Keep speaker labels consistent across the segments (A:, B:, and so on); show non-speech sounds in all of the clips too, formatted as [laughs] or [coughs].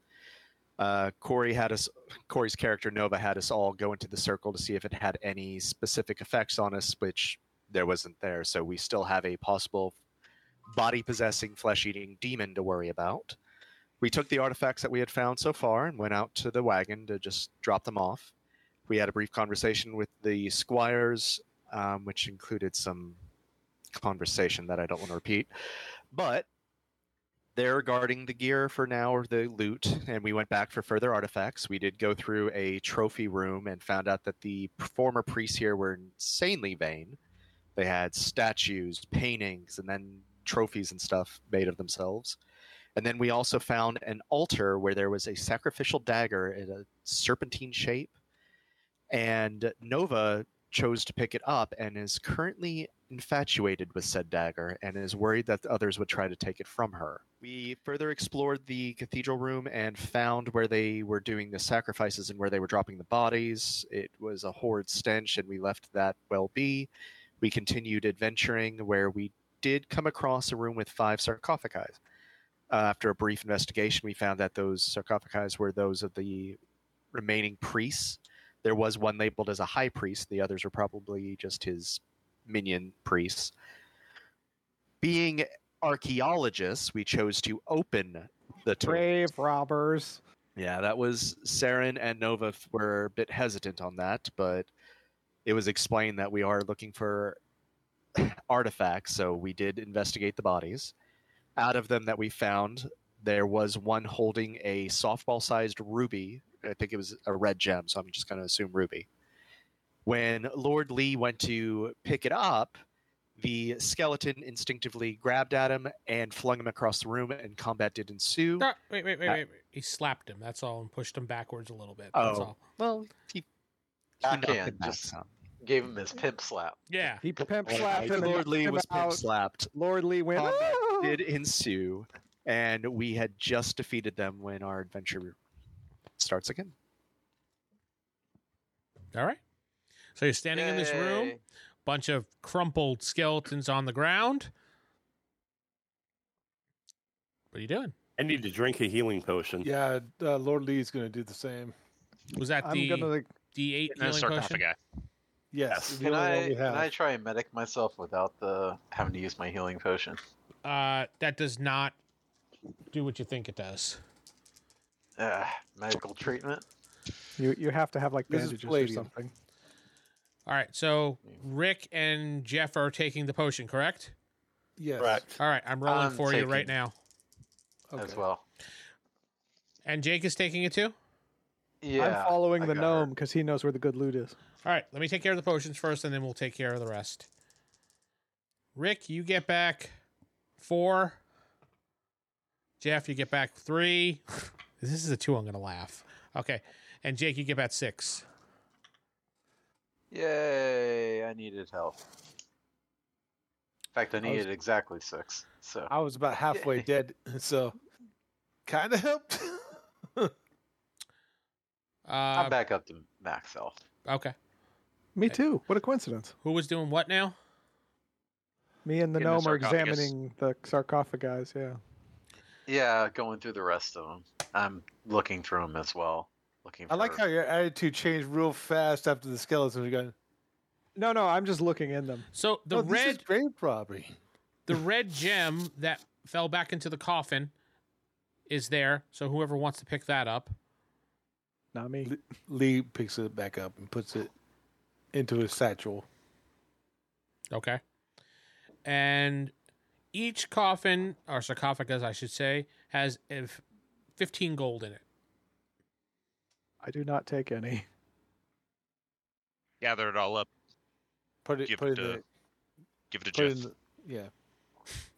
A: Uh, Corey had us, Corey's character Nova had us all go into the circle to see if it had any specific effects on us, which there wasn't there. So we still have a possible body possessing, flesh eating demon to worry about. We took the artifacts that we had found so far and went out to the wagon to just drop them off. We had a brief conversation with the squires um, which included some conversation that I don't want to repeat. But they're guarding the gear for now or the loot, and we went back for further artifacts. We did go through a trophy room and found out that the former priests here were insanely vain. They had statues, paintings, and then trophies and stuff made of themselves. And then we also found an altar where there was a sacrificial dagger in a serpentine shape. And Nova chose to pick it up and is currently infatuated with said dagger and is worried that others would try to take it from her. We further explored the cathedral room and found where they were doing the sacrifices and where they were dropping the bodies. It was a horrid stench, and we left that well be. We continued adventuring where we did come across a room with five sarcophagi. Uh, after a brief investigation, we found that those sarcophagi were those of the remaining priests there was one labeled as a high priest the others were probably just his minion priests being archaeologists we chose to open the tomb
B: Brave robbers.
A: yeah that was saren and nova f- were a bit hesitant on that but it was explained that we are looking for [laughs] artifacts so we did investigate the bodies out of them that we found there was one holding a softball sized ruby I think it was a red gem, so I'm just going to assume ruby. When Lord Lee went to pick it up, the skeleton instinctively grabbed at him and flung him across the room, and combat did ensue.
C: Ah, wait, wait, wait,
A: Uh,
C: wait. He slapped him, that's all, and pushed him backwards a little bit. That's
A: Oh.
C: all.
A: Well, he, he
D: Backhand,
A: knocked him back
D: Uh, just-
A: some.
D: Gave him his pimp slap.
C: Yeah.
B: He pimp slapped him. and
A: Lord Lee
B: knocked him
A: was pimp
D: [laughs]
B: out.
A: slapped.
B: Lord Lee went.
A: Combat
B: "Ah!"
A: Did ensue, and we had just defeated them when our adventure starts again.
C: All right. So you're standing in this room,
D: Yay.
C: bunch of crumpled skeletons on the ground. What are you doing?
E: I need to drink a healing potion.
B: Yeah, uh, Lord Lee's gonna do the same.
C: Was that
B: I'm
C: the
B: gonna. Like,
C: D8
F: And a
C: healing potion?
F: sarcophagi.
B: yes. the
D: Can
B: only one
D: I
B: we
D: can I
B: have.
D: try and medic myself without the having to use my healing potion?
C: Uh, that does not do what you think it does.
D: Uh, medical treatment.
G: You you have to have like
B: This is
G: bandages or
B: Palladium.
G: something.
C: All right, so Rick and Jeff are taking the potion, correct?
B: Yes.
E: Correct.
C: All right, I'm rolling
D: I'm
C: for you right
D: taking-
C: now.
D: As
B: Okay.
D: well.
C: And Jake is taking it too?
D: Yeah.
G: I'm following
D: I
G: the
D: got her.
G: gnome because he knows where the good loot is.
C: All right, let me take care of the potions first and then we'll take care of the rest. Rick, you get back four. Jeff, you get back three. [laughs] this is a two, I'm going to laugh. Okay. And Jake, you get back six.
D: Yay! I needed help. In fact, I needed exactly six. So
B: I was about Uh, halfway
D: Yay.
B: dead, [laughs] so kind of helped.
C: Uh,
B: Uh,
D: I'm back up to max health.
C: Uh, okay.
G: Me
C: Okay.
G: too. What a coincidence.
C: Who was doing what now?
G: Me and the
F: In the
G: gnome are
F: sarcophagus.
G: examining the sarcophagi. Yeah.
D: Yeah, going through the rest of them. I'm looking through them as well. Looking. For
B: I like how your attitude changed real fast after the skeletons were gone.
G: No, no, I'm just looking in them.
C: So the
B: No,
C: red
B: Oh, This is grave robbery.
C: the red gem that fell back into the coffin is there. So whoever wants to pick that up.
G: Not me.
B: Lee picks it back up and puts it into his satchel.
C: Okay. And each coffin or sarcophagus, I should say, has a f- 15 gold in it.
G: I do not take any.
F: Gather it all up.
B: Put it,
F: Give
B: put
F: it
B: it in the,
F: to Give it to
B: put it
F: Jeff.
B: in the, yeah.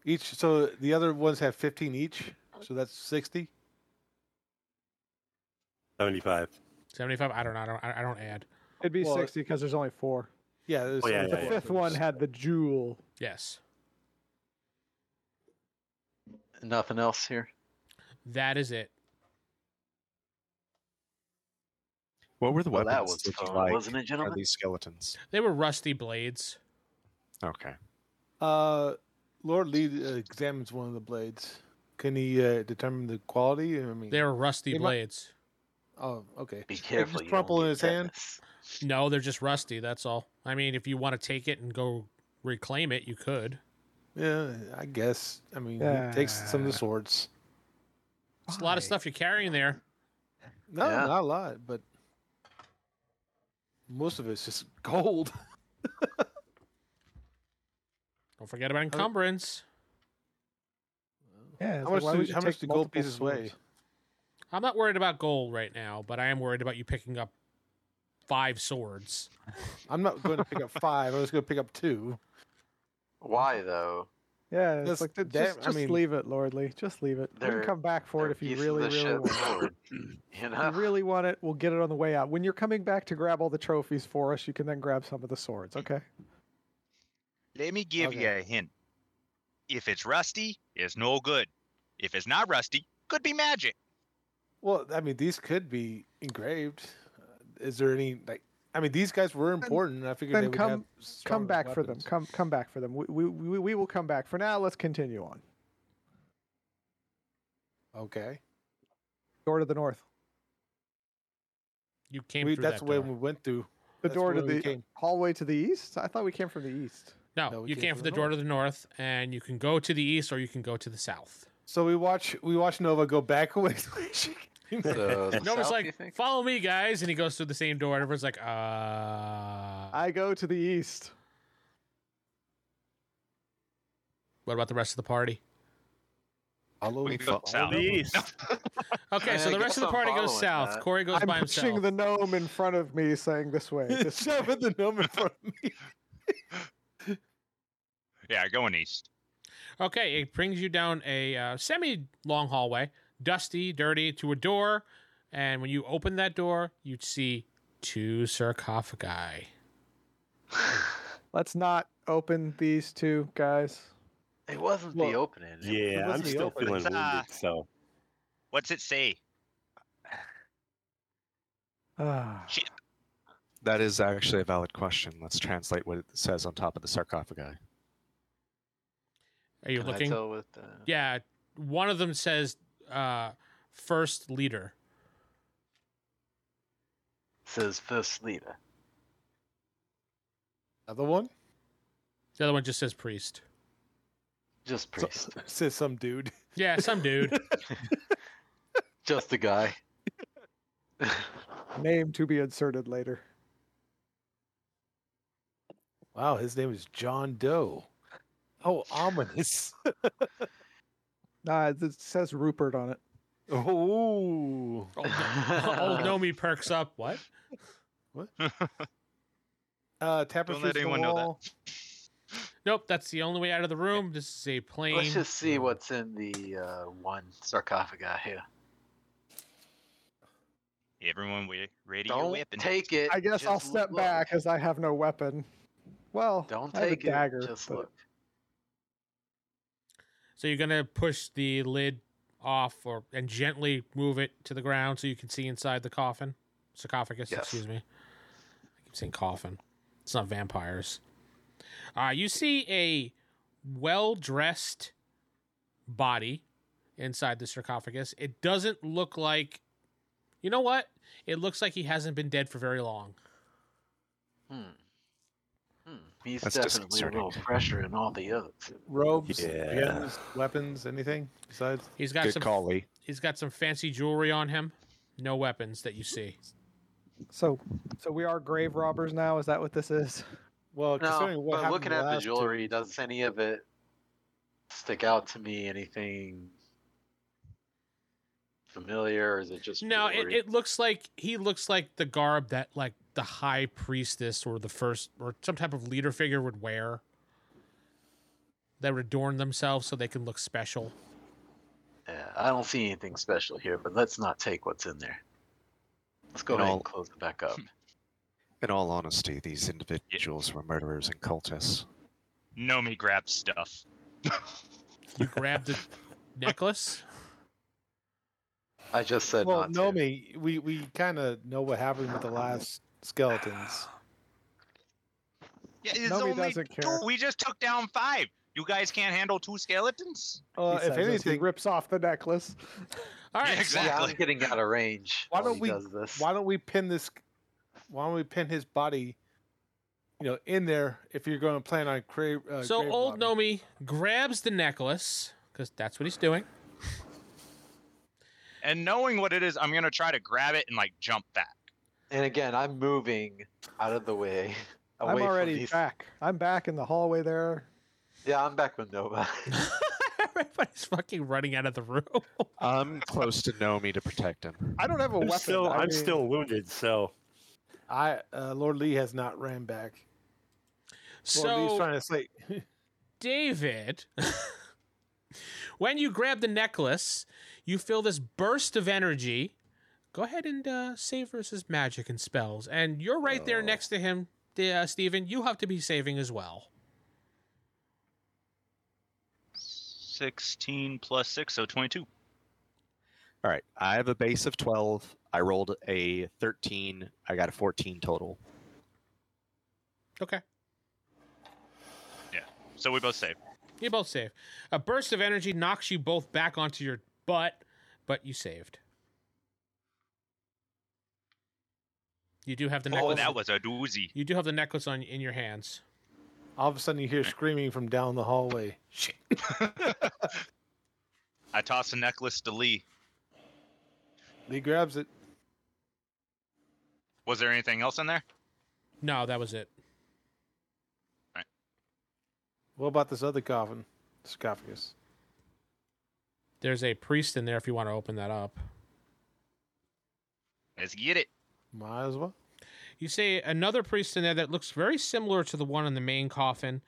B: Each so the other ones have fifteen each, so that's sixty.
E: 75.
C: 75. I don't know. I don't, I I don't add.
G: It'd be
B: Well,
G: 60 because there's only four.
B: Yeah, there's-
E: Oh, yeah,
B: there's
G: The
E: yeah, yeah.
G: fifth one had the jewel.
C: Yes.
D: Nothing else here.
C: That is it.
A: What were the
D: Well,
A: weapons
D: that was
A: that you
D: fun,
A: liked
D: wasn't it,
A: on
D: gentlemen?
A: these skeletons?
C: They were rusty blades.
A: Okay.
B: Uh, Lord Lee uh, examines one of the blades. Can he uh, determine the quality? I mean,
C: They were rusty
B: They might-
C: blades.
B: oh, okay.
D: Be careful. you don't
B: crumple in
D: get
B: his hand?
D: tetanus.
C: No, they're just rusty. That's all. I mean, if you want to take it and go reclaim it, you could.
B: Yeah, I guess. I mean, he takes some of the
G: Yeah.
B: swords.
C: It's a lot of
G: Why?
C: stuff you're carrying there.
B: No,
D: Yeah.
B: not a lot, but most of it's just gold.
C: Don't forget about encumbrance.
G: Yeah.
B: How much?
G: why would
B: do,
G: you
B: how much
G: take
B: do gold
G: multiple
B: pieces weigh?
G: swords?
C: I'm not worried about gold right now, but I am worried about you picking up five swords.
B: I'm not going to pick
G: [laughs]
B: up five. I was going to pick up two.
D: Why though?
G: Yeah, it's
B: That's
G: like th- just,
B: damn- I
G: just
B: mean-
G: leave it, Lordly. Just leave it. You
D: They're-
G: can come back for
D: They're
G: it if you
D: pieces
G: really,
D: of
G: really
D: shit
G: want. it.
D: sword,
G: [laughs]
D: You
G: If you
D: know.
G: really want it, we'll get it on the way out. When you're coming back to grab all the trophies for us, you can then grab some of the swords. Okay.
F: Let me give
B: Okay.
F: you a hint. If it's rusty, it's no good. If it's not rusty, could be magic.
B: Well, I mean, these could be engraved. Uh, Is there any like? I mean, these guys were important. and I figured
G: then
B: they would
G: come-
B: have
G: Come
B: stronger
G: back for them.
B: weapons.
G: Come come back for them. We, we, we, we will come back. For now, let's continue on.
B: Okay,
G: Door to the north.
C: You came
B: we,
C: through
B: that's
C: that
B: the way
C: door.
B: we went through.
G: The
B: That's
G: door to
B: where we
G: the
B: came.
G: hallway to the east? I thought we came from the east.
C: No,
B: No, we
C: you
B: came
C: came
B: from
C: from the
B: the
C: door to the north, and you can go to the east or you can go to the south.
B: So we watch we watch Nova go back away. [laughs] She came
D: [laughs]
G: [laughs]
B: [laughs]
D: So, the
C: Nova's
D: south, you
C: like,
D: think?
C: "Follow me, guys," and he goes through the same door. And everyone's like, "Uh." I...
G: I go to the east.
C: What about the rest of the party?
B: all over
F: We
B: the
F: go
B: all [laughs]
F: south.
B: over the-
C: Okay,
D: I
C: so the
D: guess
C: rest of the
D: I'm
C: party goes
D: following
C: south.
D: that.
C: Corey goes
G: I'm
C: by
G: pushing
C: himself.
G: the gnome in front of me, saying this way.
B: [laughs]
G: this way.
B: Shoving the gnome in front of me.
F: Yeah, going east.
C: Okay, it brings you down a uh, semi long hallway, dusty, dirty, to a door. And when you open that door, you'd see two sarcophagi.
G: Let's not open these two guys.
D: It wasn't
B: Well,
D: the opening. it
E: Yeah, I'm
B: wasn't
E: still
B: open.
E: feeling
F: It's,
E: wounded.
F: uh,
E: So
F: What's it say? [laughs]
G: Ah.
F: Shit.
A: That is actually a valid question. Let's translate what it says on top of the sarcophagi.
C: Are you
D: Can I
C: looking?
D: tell with the-
C: Yeah, one of them says uh, first leader.
D: Says first leader.
B: Another one
C: The other one just says priest.
D: Just
B: So-
D: priest.
B: says some dude.
C: Yeah, some
D: [laughs]
C: dude.
D: Just a guy.
G: Name to be inserted later.
B: Wow, his name is John Doe. Oh, ominous. [laughs]
G: Nah, it it says Rupert on it.
B: Oh,
D: [laughs]
C: old, old Nomi perks up. What?
B: uh, tap
F: Don't
B: refused
F: let
B: the
F: anyone know that.
B: wall.
C: Nope, that's the only way out of the room. This is a plain.
D: Let's just see what's in the uh, one sarcophagi here.
F: Everyone, we ready your
D: Don't
F: weapon.
D: take it.
G: I guess I'll
D: just
G: step
D: look.
G: back as I have no weapon. Well,
D: Don't
G: I have
D: take
G: a dagger.
D: it. Just
G: but
D: look.
C: So you're gonna push the lid off, or and gently move it to the ground so you can see inside the coffin, sarcophagus.
D: Yes.
C: Excuse me. I keep saying coffin. It's not vampires. Uh, you see a well-dressed body inside the sarcophagus. It doesn't look like. You know what? It looks like he hasn't been dead for very long.
D: Hmm. He's
A: That's
D: definitely a
A: disconcerting.
D: little fresher than all the others.
B: Robes,
E: Yeah.
B: guns, weapons, anything besides?
C: He's got
A: Good
C: some.
A: call, Lee.
C: He's got some fancy jewelry on him. No weapons that you see.
G: So, so we are grave robbers now. Is that what this is?
B: Well, considering
D: No, but
B: what happened
D: looking at the
B: last two-
D: jewelry, does any of it stick out to me? Anything familiar? Or is it just
C: No, it,
D: jewelry?
C: it looks like he looks like the garb that like the high priestess or the first or some type of leader figure would wear. That would adorn themselves so they can look special.
D: Yeah, I don't see anything special here, but let's not take what's in there. Let's go
A: And
D: ahead
A: I'll-
D: and close it back
B: [laughs]
D: up.
A: In all honesty, these individuals were murderers and cultists.
F: Nomi grabs stuff.
C: You grab
F: [laughs]
C: the necklace.
D: I just said
B: Well,
D: not to.
B: Nomi, we we kind of know what happened with the last skeletons.
F: Yeah, it's
G: Nomi
F: only
G: doesn't
F: two.
G: care.
F: We just took down five. You guys can't handle two skeletons?
G: he
B: Uh, if
G: says as he
B: anything,
G: rips off the necklace.
C: All right,
F: Yeah, exactly.
D: Yeah, I'm getting out of range.
B: Why
D: while
B: don't
D: he
B: we-
D: Does this.
B: why don't we pin this? Why don't we pin his body, you know, in there if you're going to plan on crave? Uh,
C: so
B: grave
C: old
B: robbing?
C: Nomi grabs the necklace because that's what he's doing. [laughs]
F: And knowing what it is, I'm going to try to grab it and like jump back.
D: And again, I'm moving out of the way.
G: I'm
D: away from
G: already
D: these-
G: back. I'm back in the hallway there.
D: Yeah, I'm back with Nova. [laughs]
C: Everybody's fucking running out of the room.
A: I'm close to Nomi to protect him.
G: I don't have a
E: I'm
G: weapon.
E: still,
G: I
E: I'm
G: mean,
E: still wounded, so
B: I uh, Lord Lee has not ran back. Lord Lee's
C: so
B: trying
C: [laughs]
B: to say,
C: David, [laughs] when you grab the necklace, you feel this burst of energy. Go ahead and uh, save versus magic and spells, and you're right
F: Oh.
C: there next to him, uh, Stephen. You have to be saving as well.
F: 16 plus 6, so 22.
A: All right. I have a base of 12. I rolled a 13. I got a 14 total.
C: Okay.
F: So we both save.
C: You both save. A burst of energy knocks you both back onto your butt, but you saved. You do have the necklace.
F: Oh, that was a doozy.
C: You do have the necklace on in your hands.
B: all of a sudden you hear screaming from down the hallway.
F: I toss a necklace to Lee.
B: Lee grabs it.
F: Was there anything else in there?
C: No, that was it.
B: What about this other coffin? Sarcophagus.
C: There's a priest in there if you want to open that up.
F: Let's get it.
B: Might as well.
C: You see another priest in there that looks very similar to the one in the main coffin,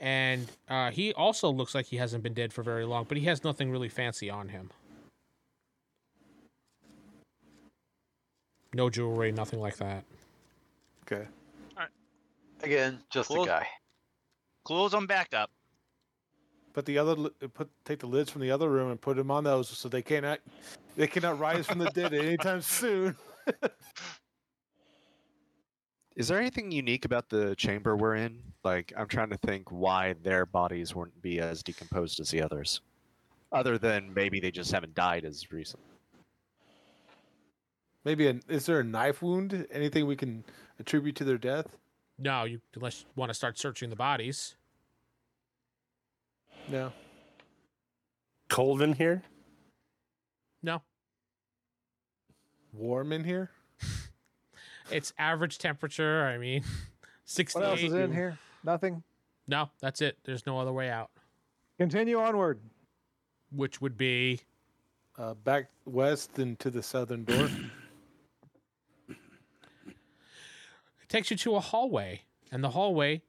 C: and uh, he also looks like he hasn't been dead for very long, but he has nothing really fancy on him. No jewelry, nothing like that.
B: Okay.
D: again, just
F: Cool.
D: a guy.
F: Close them back up.
B: Put the other li- uh, put take the lids from the other room and put them on those so they cannot they cannot rise from the dead anytime [laughs] soon.
A: Is there anything unique about the chamber we're in? Like, I'm trying to think why their bodies wouldn't be as decomposed as the others. Other than maybe they just haven't died as recently.
B: Maybe an, is there a knife wound? Anything we can attribute to their death?
C: No, you unless you want to start searching the bodies.
B: No.
E: cold in here.
C: No,
B: Warm in here?
C: it's average temperature. I mean, [laughs]
G: What else
C: sixty-eight.
G: is in here? Nothing.
C: No, that's it. There's no other way out.
G: Continue onward.
C: Which would be
B: Uh, back west and to the southern [coughs] door.
C: It takes you to a hallway, and the hallway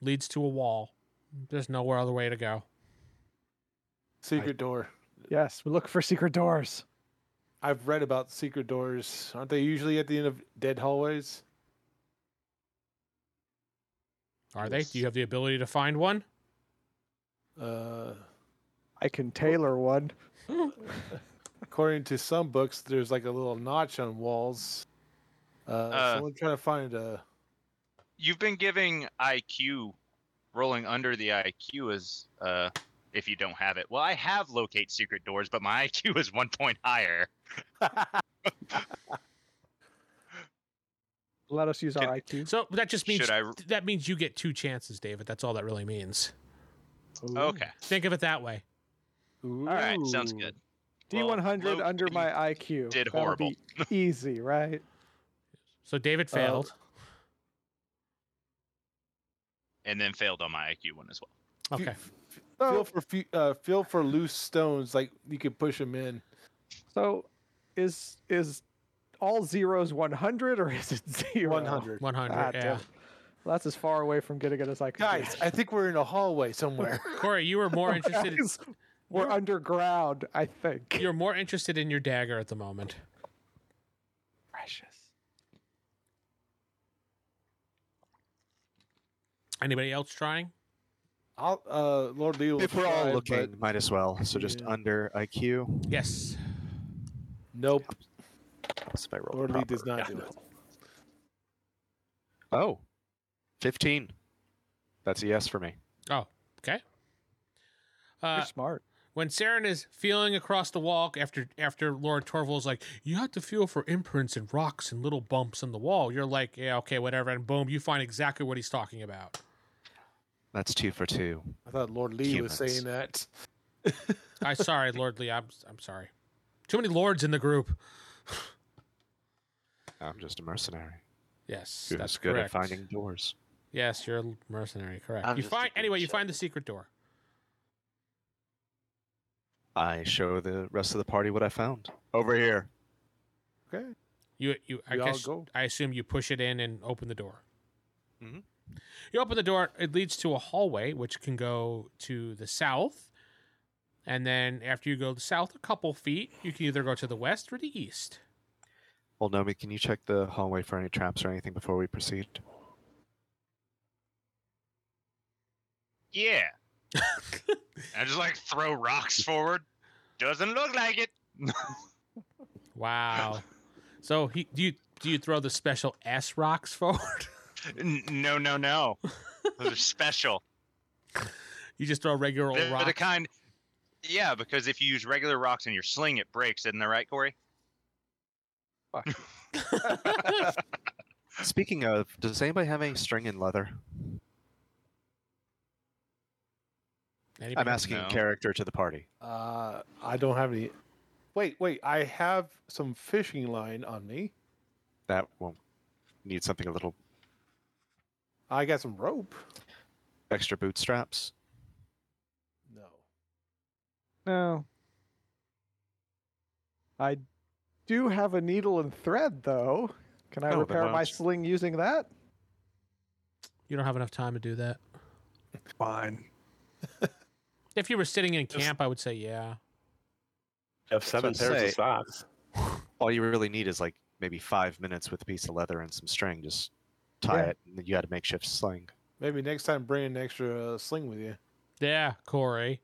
C: leads to a wall. There's nowhere other way to go.
B: secret door.
G: Yes, we look for secret doors.
B: I've read about secret doors. Aren't they usually at the end of dead hallways?
C: Are they? Do you have the ability to find one?
B: Uh,
G: I can tailor one.
B: according to some books, there's like a little notch on walls. Uh,
F: Uh,
B: someone trying to find a.
F: You've been giving IQ, rolling under the IQ is uh, if you don't have it. Well, I have locate secret doors, but my [laughs] IQ is one point higher.
G: Let us use our IQ.
C: So that just means
F: Should I-
C: that means you get two chances, David. That's all that really means.
B: Ooh.
F: Okay.
C: Think of it that way.
B: Ooh.
F: All right. Sounds good.
G: D100
F: Well, Luke,
G: under my
F: you
G: IQ.
F: did
G: That'll
F: horrible. [laughs]
G: be easy, right?
C: So David
B: Uh,
C: failed.
F: And then failed on my IQ one as well.
C: okay.
B: Feel
G: So,
B: for fe- uh, feel for loose stones, like you could push them in.
G: so is is all zeros 100 or is it zero?
B: One hundred.
C: One hundred.
G: Ah,
C: yeah.
G: damn. Well, that's as far away from getting it as I can.
B: Guys, I think we're in a hallway somewhere.
C: Corey, you were
G: [laughs]
C: more
G: get.
C: interested. In,
G: Guys, we're underground, I think.
C: you're more interested in your dagger at the moment.
G: [laughs] precious.
C: Anybody else trying?
B: I'll, uh, Lord Lee will
A: If we're all
B: try,
A: looking,
B: but
A: might as well. So just
B: Yeah.
A: under IQ.
C: Yes.
B: nope.
A: So if I roll
B: Lord Lee does
A: proper-
B: not do it.
A: Oh, 15. That's a yes for me.
G: You're
C: Uh,
G: smart.
C: when Saren is feeling across the wall after after Lord Torval's like, you have to feel for imprints and rocks and little bumps in the wall. You're like, yeah, okay, whatever, and boom, you find exactly what he's talking about.
A: That's two for two.
B: I thought Lord Lee
A: Humans.
B: was saying that.
C: I sorry, [laughs] Lord Lee, I'm I'm sorry. Too many lords in the group.
A: I'm just a mercenary.
C: Yes,
A: Who's
C: that's
A: good
C: correct.
A: at finding doors?
C: Yes, you're a mercenary. Correct.
D: I'm
C: you
D: just
C: find
D: a good
C: anyway. You
D: shepherd.
C: find the secret door.
A: I show the rest of the party what I found. Over here.
B: Okay.
C: You you. I
B: We all
C: guess
B: go.
C: I assume you push it in and open the door.
A: Mhm.
C: You open the door. It leads to a hallway which can go to the south, and then after you go to the south a couple feet, you can either go to the west or the east.
A: Old Nomi, can you check the hallway for any traps or anything before we proceed?
C: [laughs]
F: Yeah. I just like throw rocks forward. Doesn't look like it.
C: Wow. so he, do you do you throw the special S rocks [laughs] forward?
F: N- no, no, no. Those
C: [laughs]
F: are special.
C: you just throw regular old
F: They're
C: rocks.
F: the kind. Yeah, because if you use regular rocks in your sling, it breaks. Isn't that right, Corey?
C: [laughs]
A: Speaking of, does anybody have any string and leather?
C: Anybody?
A: I'm asking in
F: No.
A: character to the party.
B: Uh, I don't have any. Wait, wait. I have some fishing line on me.
A: That won't need something a little
B: I got some rope.
A: extra bootstraps.
B: No.
G: No. I do have a needle and thread, though. Can I
A: Oh, then
G: repair
A: why
G: my
A: don't you-
G: sling using that?
C: You don't have enough time to do that.
E: Fine.
C: If you were sitting in camp, I would say yeah.
E: Have seven
A: That's what I
E: pairs
A: say.
E: of socks.
A: All you really need is like maybe five minutes with a piece of leather and some string. Just tie
G: Yeah.
A: it. And then you got a makeshift sling.
B: Maybe next time bring an extra uh, sling with you.
C: Yeah, Corey.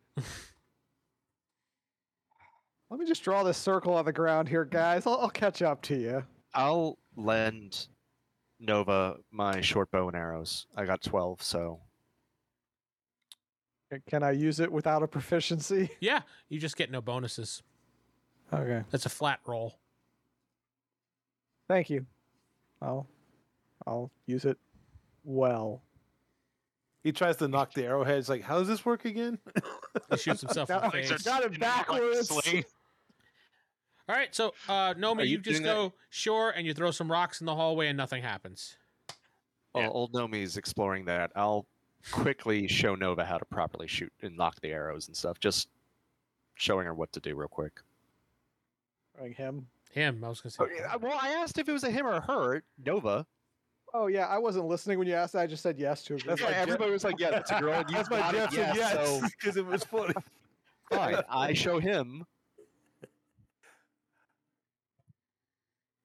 G: Let me just draw this circle on the ground here, guys. I'll, I'll catch up to you.
A: I'll lend Nova my short bow and arrows. I got 12, so
G: Can I use it without a proficiency? [laughs]
C: Yeah, you just get no bonuses.
G: Okay.
C: That's a flat roll.
G: Thank you. I'll, I'll use it well.
B: He tries to knock the arrowheads. Like, how does this work again?
C: He shoots himself in the
G: That-
C: face.
G: Thanks. Got it
F: And then, like,
G: backwards.
F: sling.
C: All right, so uh,
A: Are
C: Nomi, you,
A: you
C: just
A: doing that-
C: go shore and you throw some rocks in the hallway and nothing happens.
A: Well,
F: Yeah.
A: old Nomi's exploring that. I'll quickly show Nova how to properly shoot and knock the arrows and stuff. Just showing her what to do real quick.
G: Throwing him.
C: Him, I was gonna say.
A: Oh, uh, Well, I asked if it was a him or her. Nova.
G: Oh yeah, I wasn't listening when you asked. that. I just said yes to it.
B: That's my
A: everybody was like, "Yeah, that's a
B: [laughs]
A: girl." And you
B: That's my
A: got it,
B: Jeff
A: yeah,
B: said yes [laughs]
A: so
B: because it
A: [laughs]
B: was funny.
A: fine. I show him.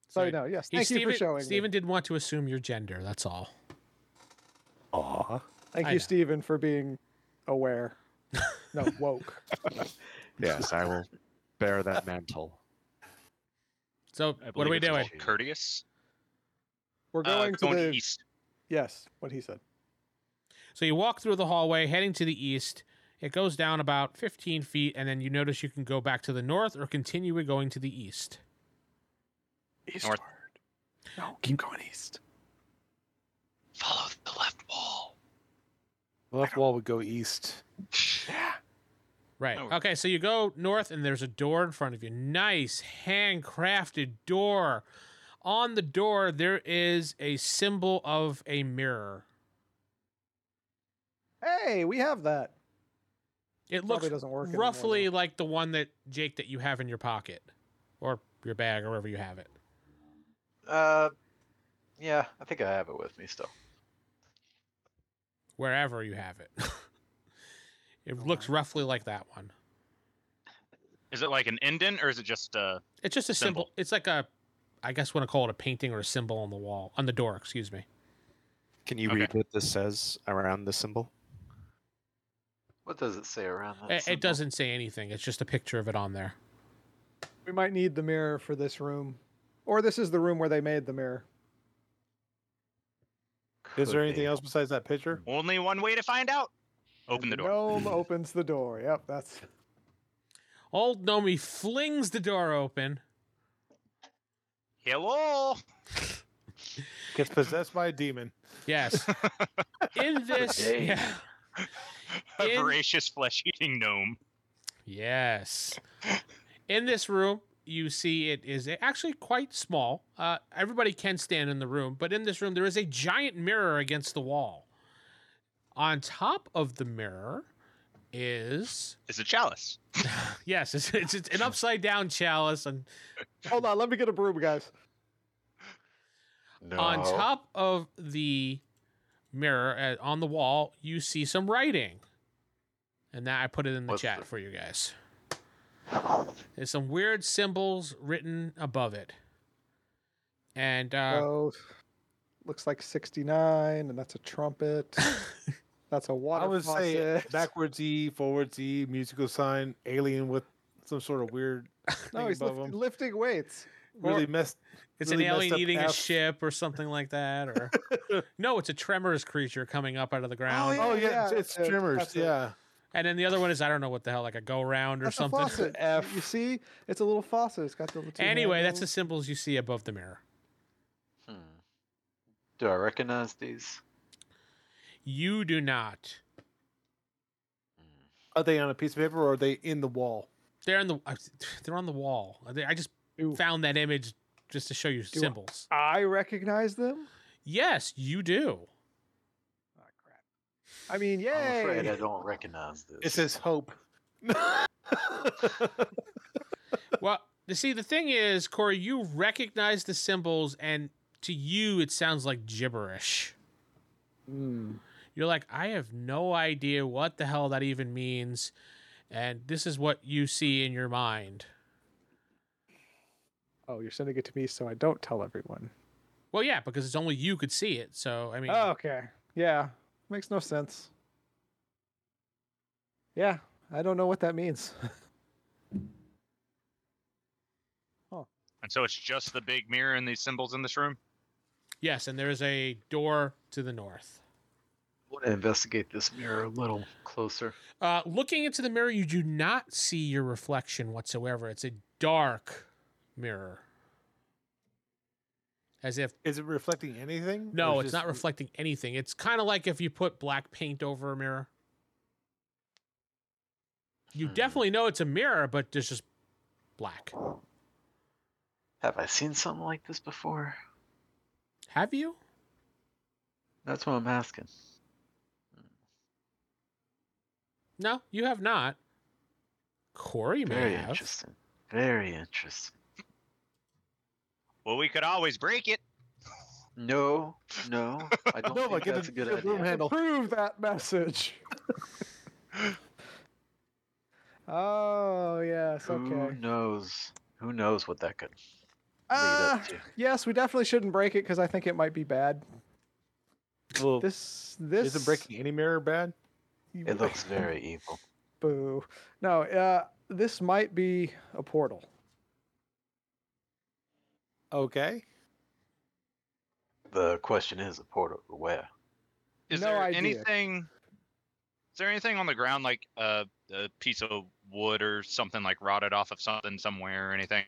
G: So no, yes. Thank you
C: Steven,
G: for showing.
C: Steven
G: me.
C: didn't want to assume your gender. That's all.
E: Aw.
G: Thank
C: I
G: you,
C: know.
G: Steven, for being aware.
C: [laughs]
G: No, woke.
A: Yes, I will bear that [laughs] mantle.
C: So
F: I
C: what are
F: believe
C: we
F: it's
C: doing?
F: called Courteous.
G: We're going,
F: uh, going
G: to the
F: east.
G: yes. What he said.
C: So you walk through the hallway, heading to the east. It goes down about 15 feet, and then you notice you can go back to the north or continue going to the east.
F: North.
E: No, keep going east.
B: The left wall would go east.
C: Right.
F: No.
C: Okay, so you go north and there's a door in front of you. Nice handcrafted door. On the door there is a symbol of a mirror.
G: Hey, we have that.
C: It
G: Probably
C: looks
G: doesn't work. anymore,
C: roughly
G: though.
C: like the one that Jake that you have in your pocket or your bag or wherever you have it.
D: Uh, yeah, I think I have it with me still.
C: Wherever you have it. [laughs] it looks roughly like that one.
F: Is it like an indent or is it just uh
C: It's just a symbol.
F: Symbol.
C: It's like a I guess want to call it a painting or a symbol on the wall on the door, excuse me.
A: Can you
F: Okay.
A: read what this says around the symbol?
D: What does it say around that?
C: It-
D: symbol?
C: it doesn't say anything. It's just a picture of it on there.
G: we might need the mirror for this room, or this is the room where they made the mirror.
D: Could
B: Is there anything
D: be.
B: else besides that picture?
F: only one way to find out? Open
G: And
F: the door.
G: Gnome opens the door. Yep, that's
C: Old Nomi flings the door open.
F: Hello. [laughs]
A: Mm.
B: Gets possessed by a demon.
C: Yes. In this, yeah.
F: A
C: In-
F: voracious flesh eating gnome.
C: yes. In this room, you see it is actually quite small. Uh, everybody can stand in the room, but in this room, there is a giant mirror against the wall. On top of the mirror is
F: It's a chalice.
C: yes, it's, it's, it's an upside down chalice, and
G: Hold on, let me get a broom, guys.
D: No.
C: on top of the mirror uh, on the wall you see some writing and that i put it in the
D: What's
C: chat
D: the-
C: for you guys there's some weird symbols written above it and uh,
G: Oh, looks like 69, and that's a trumpet.
C: [laughs]
G: that's a water
B: I would say [laughs]
G: faucet.
B: backwards E, forwards E, musical sign, alien with some sort of [laughs] weird.
G: [laughs] no,
B: thing
G: he's
B: above
G: lift-
B: him.
G: lifting weights.
B: Really messed.
C: it's
B: really
C: an
B: messed
C: alien
B: up
C: eating a
B: F.
C: ship or something like that or no it's a tremors creature coming up out of the ground
G: yeah.
B: Oh yeah,
G: yeah,
B: it's
G: uh,
B: trimmers.
G: that's it.
B: Yeah.
C: and then the other one is i don't know what the hell like a go round or
G: That's a
C: something [laughs]
G: faucet.
B: F.
G: You see, it's a little faucet. It's got the little. two
C: anyway that's the
G: handles.
C: symbols you see above the mirror
D: Hmm. Do I recognize these?
C: you do not
B: Are they on a piece of paper or are they in the wall?
C: They're on the I- they're on the wall. They- I just
G: Ew.
C: found that image just to show you
G: I-
C: symbols.
G: I recognize them.
C: Yes, you do.
G: I mean,
D: I'm afraid I
G: yay!
D: don't recognize this.
B: It says hope. [laughs]
C: Well, you see, the thing is, Corey, you recognize the symbols, and to you, it sounds like gibberish.
G: Hmm.
C: You're like, I have no idea what the hell that even means, and this is what you see in your mind.
G: Oh, you're sending it to me, so I don't tell everyone.
C: Well, yeah, because it's only you could see it. So I mean,
G: Oh, okay. Yeah, makes no sense. Yeah, I don't know what that means.
F: And so it's just the big mirror and these symbols in this room.
C: yes, and there is a door to the north.
D: I want to investigate this mirror a little closer.
C: Uh, looking into the mirror, you do not see your reflection whatsoever. It's a dark mirror. As if,
B: Is it reflecting anything?
C: no,
B: Or
C: it's
B: just-
C: not reflecting anything. It's kind of like if you put black paint over a mirror. You
D: Hmm.
C: definitely know it's a mirror, but there's just black.
D: Have I seen something like this before?
C: Have you?
D: That's what I'm asking.
C: No, you have not. Corey may
D: Very
C: have.
D: interesting. Very interesting.
F: Well, we could always break it.
D: No,
C: [laughs]
D: no, I don't
B: No,
D: think
B: but get
D: that's
B: a,
D: a good
B: get a broom
D: idea.
B: handle.
G: Prove that message. [laughs] oh yes,
D: Who
G: okay.
D: knows? Who knows what that could lead
G: Uh,
B: Ah!
D: up to?
G: yes, we definitely shouldn't break it because I think it might be bad.
B: Well,
G: This this
B: Isn't breaking any mirror bad?
D: It looks very evil.
G: Boo. No, uh, this might be a portal.
B: Okay.
D: The question is, a portal to where?
F: Is
G: No
F: there
G: idea.
F: anything? Is there anything on the ground like uh, a piece of wood or something like rotted off of something somewhere or anything?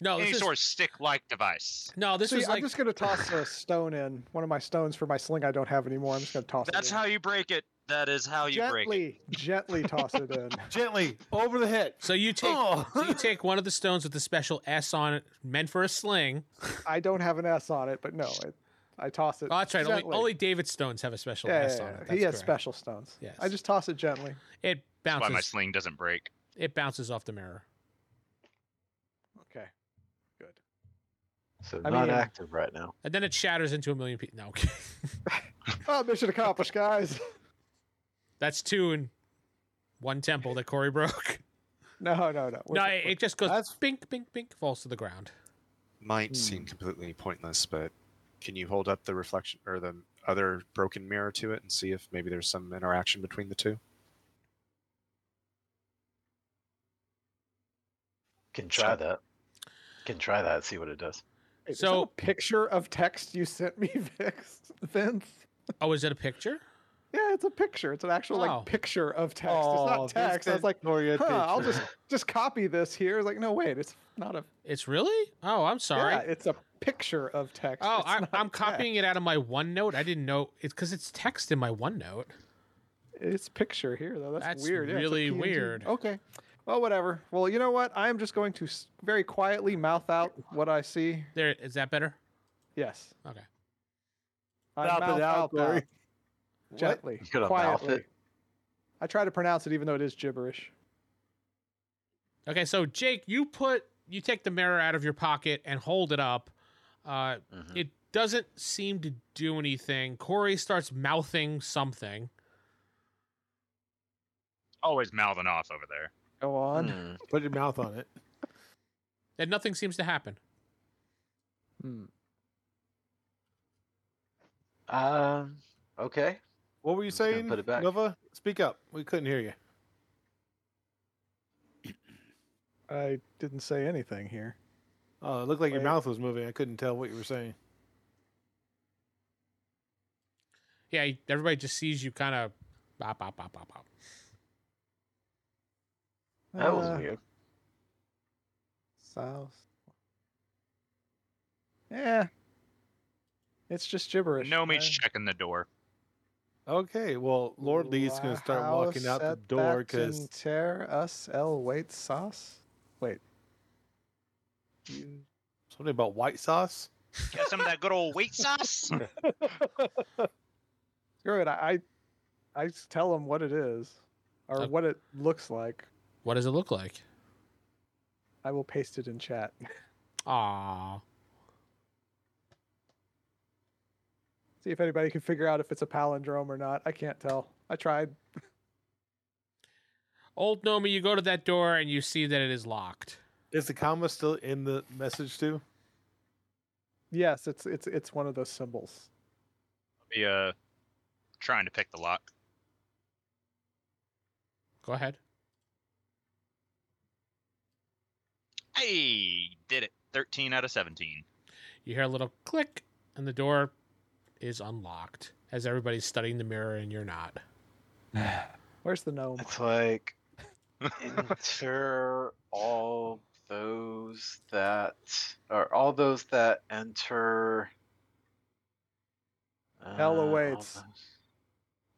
C: No,
F: Any
C: Oh, this is,
F: sort of stick-like device.
C: no, this
G: See,
C: was
G: I'm
C: like
G: just gonna toss a stone in one of my stones for my sling I don't have anymore. I'm just gonna toss
F: That's
G: it. in.
F: how you break it. That is how you break it.
G: gently, gently toss it
F: [laughs]
G: in.
B: Gently over the head.
C: so you take
B: Oh.
C: so you take one of the stones with the special S on it, meant for a sling.
G: I don't have an S on it, but no, it, I toss it.
C: Oh, that's right. Only,
G: gently.
C: only David stones have a special
G: yeah,
C: S
G: yeah,
C: on it.
G: yeah.
C: That's
G: He has
C: correct.
G: special stones.
C: Yes.
G: I just toss it gently.
C: It
F: That's why my
C: bounces.
F: sling doesn't break.
C: It bounces off the mirror.
G: Okay, good.
D: So
G: I
D: not
G: mean-
D: active right now.
C: And then it shatters into a million pieces. No, okay.
G: Oh, mission accomplished, guys.
C: [laughs]
G: [laughs]
C: that's two in one temple that Corey
G: [laughs]
C: broke.
G: No, no, no. We're-
C: no, it, it just goes
B: That's-
C: bink, bink, bink, falls to the ground. [laughs]
A: Might seem completely pointless, but can you hold up the reflection or the other broken mirror to it and see if maybe there's some interaction between the two?
D: Can try that. Can try that. See what it does.
G: Wait, is
C: so-
G: that a picture of text you sent me, [laughs] Vix, Vince.
C: Oh, is it a picture?
G: Yeah, it's a picture. It's an actual
C: Oh.
G: like picture of text. it's
B: Oh,
G: not text. I was
B: Vincent
G: like,
B: Gloria
G: huh, I'll
B: picture.
G: just just copy this here. It's like, no, wait, it's not a.
C: It's really? Oh, I'm sorry.
G: Yeah, it's a picture of text.
C: oh,
G: It's
C: I,
G: not
C: I'm copying it out of my OneNote. I didn't know it's because it's text in my OneNote.
G: text. It's picture here though. That's,
C: That's
G: weird. Yeah, it's a
C: really
G: PNG.
C: weird.
G: Okay. Well, whatever. Well, you know what? I'm just going to s- very quietly mouth out what I see.
C: There, is that better?
G: Yes.
C: Okay.
G: I
B: Mouth it
G: mouth
B: out,
G: that.
B: Glory.
G: Gently.
D: You could've mouthed
G: quietly.
D: it.
G: I try to pronounce it even though it is gibberish.
C: Okay, so Jake, you put you take the mirror out of your pocket and hold it up. Uh,
D: Mhm.
C: It doesn't seem to do anything. Corey starts mouthing something.
F: Always mouthing off over there.
G: Go on.
D: Hmm.
B: Put your mouth on it.
C: and nothing seems to happen.
G: Hmm.
D: Um. Okay.
B: What were you
D: Just gonna
B: saying,
D: put it back.
B: Nova? Speak up. We couldn't hear you.
G: I didn't say anything here.
B: Oh, it looked like your
G: Wait.
B: mouth was moving. I couldn't tell what you were saying.
C: Yeah, everybody just sees you kind of bop, bop, bop, bop, bop.
D: That was
G: Uh,
D: weird.
G: South. Yeah. It's just gibberish. Uh,
F: Nomi's
G: I-
F: checking the door.
B: Okay, well, Lord Lee's going to start walking out the door because
G: tear us el white sauce. Wait. You...
B: something about white sauce.
F: Got some of that good old wheat [laughs] sauce.
G: Screw it. I, I I s- tell him what it is, or
C: Uh,
G: what it looks like.
C: What does it look like?
G: I will paste it in chat.
C: Aww.
G: See if anybody can figure out if it's a palindrome or not. I can't tell. I tried.
C: Old Nomi, you go to that door and you see that it is locked.
B: Is the comma still in the message too?
G: Yes, it's it's it's one of those symbols.
F: Be uh, trying to pick the lock.
C: Go ahead.
F: Hey, did it. 13 out of 17.
C: You hear a little click, and the door is unlocked as everybody's studying the mirror and you're not.
G: Where's the gnome?
D: It's [laughs] like enter all those that or all those that enter.
G: Hell
D: uh, all
G: awaits.
D: those-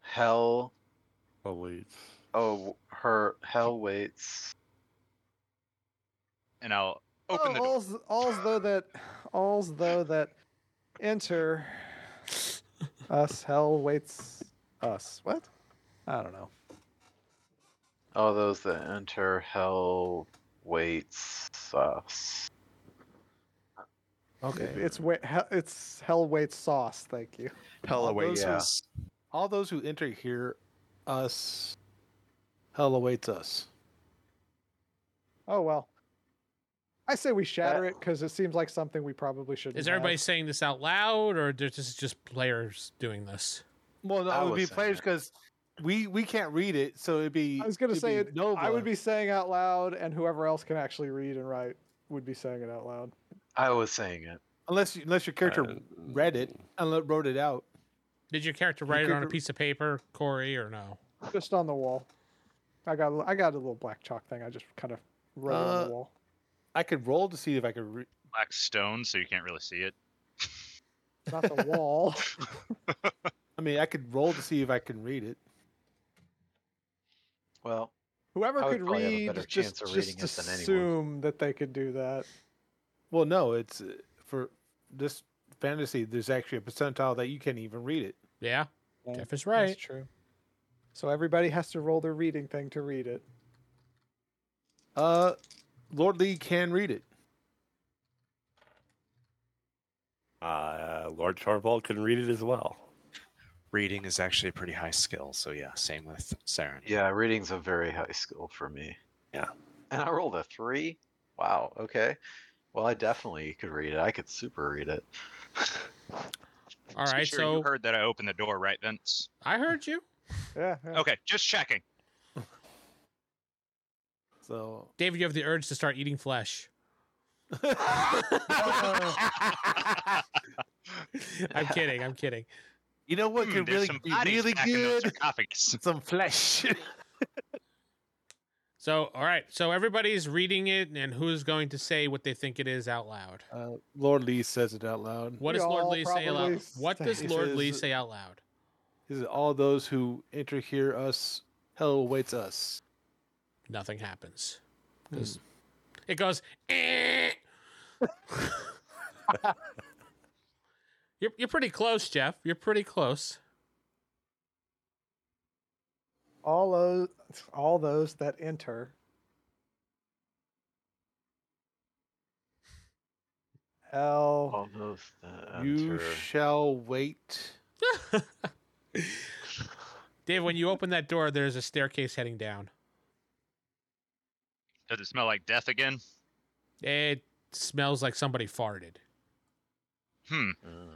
D: Hell.
E: Elites.
D: Oh, her hell waits.
F: And I'll open the
G: Oh,
F: door.
G: all's, all's though that, all's though that, enter. Us hell waits us. What? I don't know.
D: All those that enter hell waits us.
B: Okay,
G: It's wa- hell, it's hell waits sauce. Thank you.
A: Hell
B: All
A: away,
B: those
A: yeah.
B: who's- all those who enter here, us, hell awaits us.
G: Oh well. I say we shatter
D: That-
G: it because it seems like something we probably shouldn't.
C: Is everybody
G: have.
C: saying this out loud, or this is just players doing this?
B: Well, no,
D: I
B: it would
D: was
B: be
D: saying
B: players
D: that.
B: because we we can't read it, so it'd be.
G: I was gonna
B: it'd
G: say
B: be
G: it. I
B: Nova.
G: would be saying out loud, and whoever else can actually read and write would be saying it out loud.
D: I was saying it.
B: unless you, unless your character
D: Uh,
B: read it and wrote it out.
C: Did your character write it
B: could
C: on a
B: r-
C: piece of paper, Corey, or no?
G: Just on the wall. I got a li- I got a little black chalk thing. I just kind of wrote on
B: Uh,
G: the wall.
B: I could roll to see if I could. Re-
F: black stone, so you can't really see it.
G: Not the
D: [laughs]
G: wall.
B: I mean, I could roll to see if I can read it.
D: Well,
G: Whoever
D: I would
G: could
D: probably have a
G: read,
D: better
G: just,
D: chance of
G: just
D: reading it than anyone.
G: assume that they could do that.
B: Well, no, it's uh, for this fantasy. There's actually a percentile that you can't even read it.
C: Yeah,
G: Yeah,
C: Jeff is
G: That's
C: right.
G: true. So everybody has to roll their reading thing to read it.
B: Uh, Lord Lee can read it.
E: Uh, Lord Charvald can read it as well.
A: Reading is actually a pretty high skill, so yeah, same with Saren.
D: yeah, reading's a very high skill for me.
E: Yeah.
D: And I rolled a three. Wow. Okay. Well, I definitely could read it. I could super read it.
C: All right,
F: sure
C: so
F: you heard that I opened the door, right, Vince?
C: I heard you,
G: Yeah. yeah.
F: Okay, just checking.
G: [laughs]
B: So
C: David. You have the urge to start eating
F: [laughs]
C: flesh. I'm kidding. I'm kidding.
B: you know what
F: Hmm,
B: could
F: there's
B: really
F: some
B: be
F: bodies
B: really
F: back in those
B: good?
F: sarcophagus. [laughs]
B: Some flesh.
C: So, all right. So everybody's reading it, and who's going to say what they think it is out loud?
B: [laughs] uh, Lord Lee says it out loud.
C: What
G: We
C: does Lord
G: all
C: Lee say out loud?
G: probably
C: What does
B: say-
C: Lord Lee
G: uh,
B: says-
C: say out loud?
B: This is all those who enter here us hell awaits us.
C: Nothing happens.
G: Hmm.
C: 'Cause It goes. "Eh." [laughs] you're you're pretty close, Jeff. You're pretty close.
G: All those, all those that enter. Hell,
D: All those that
B: You
D: enter-
B: shall wait.
C: Dave, when you open that door, there's a staircase heading down.
F: Does it smell like death again?
C: It smells like somebody farted.
F: Hmm.
D: Mm.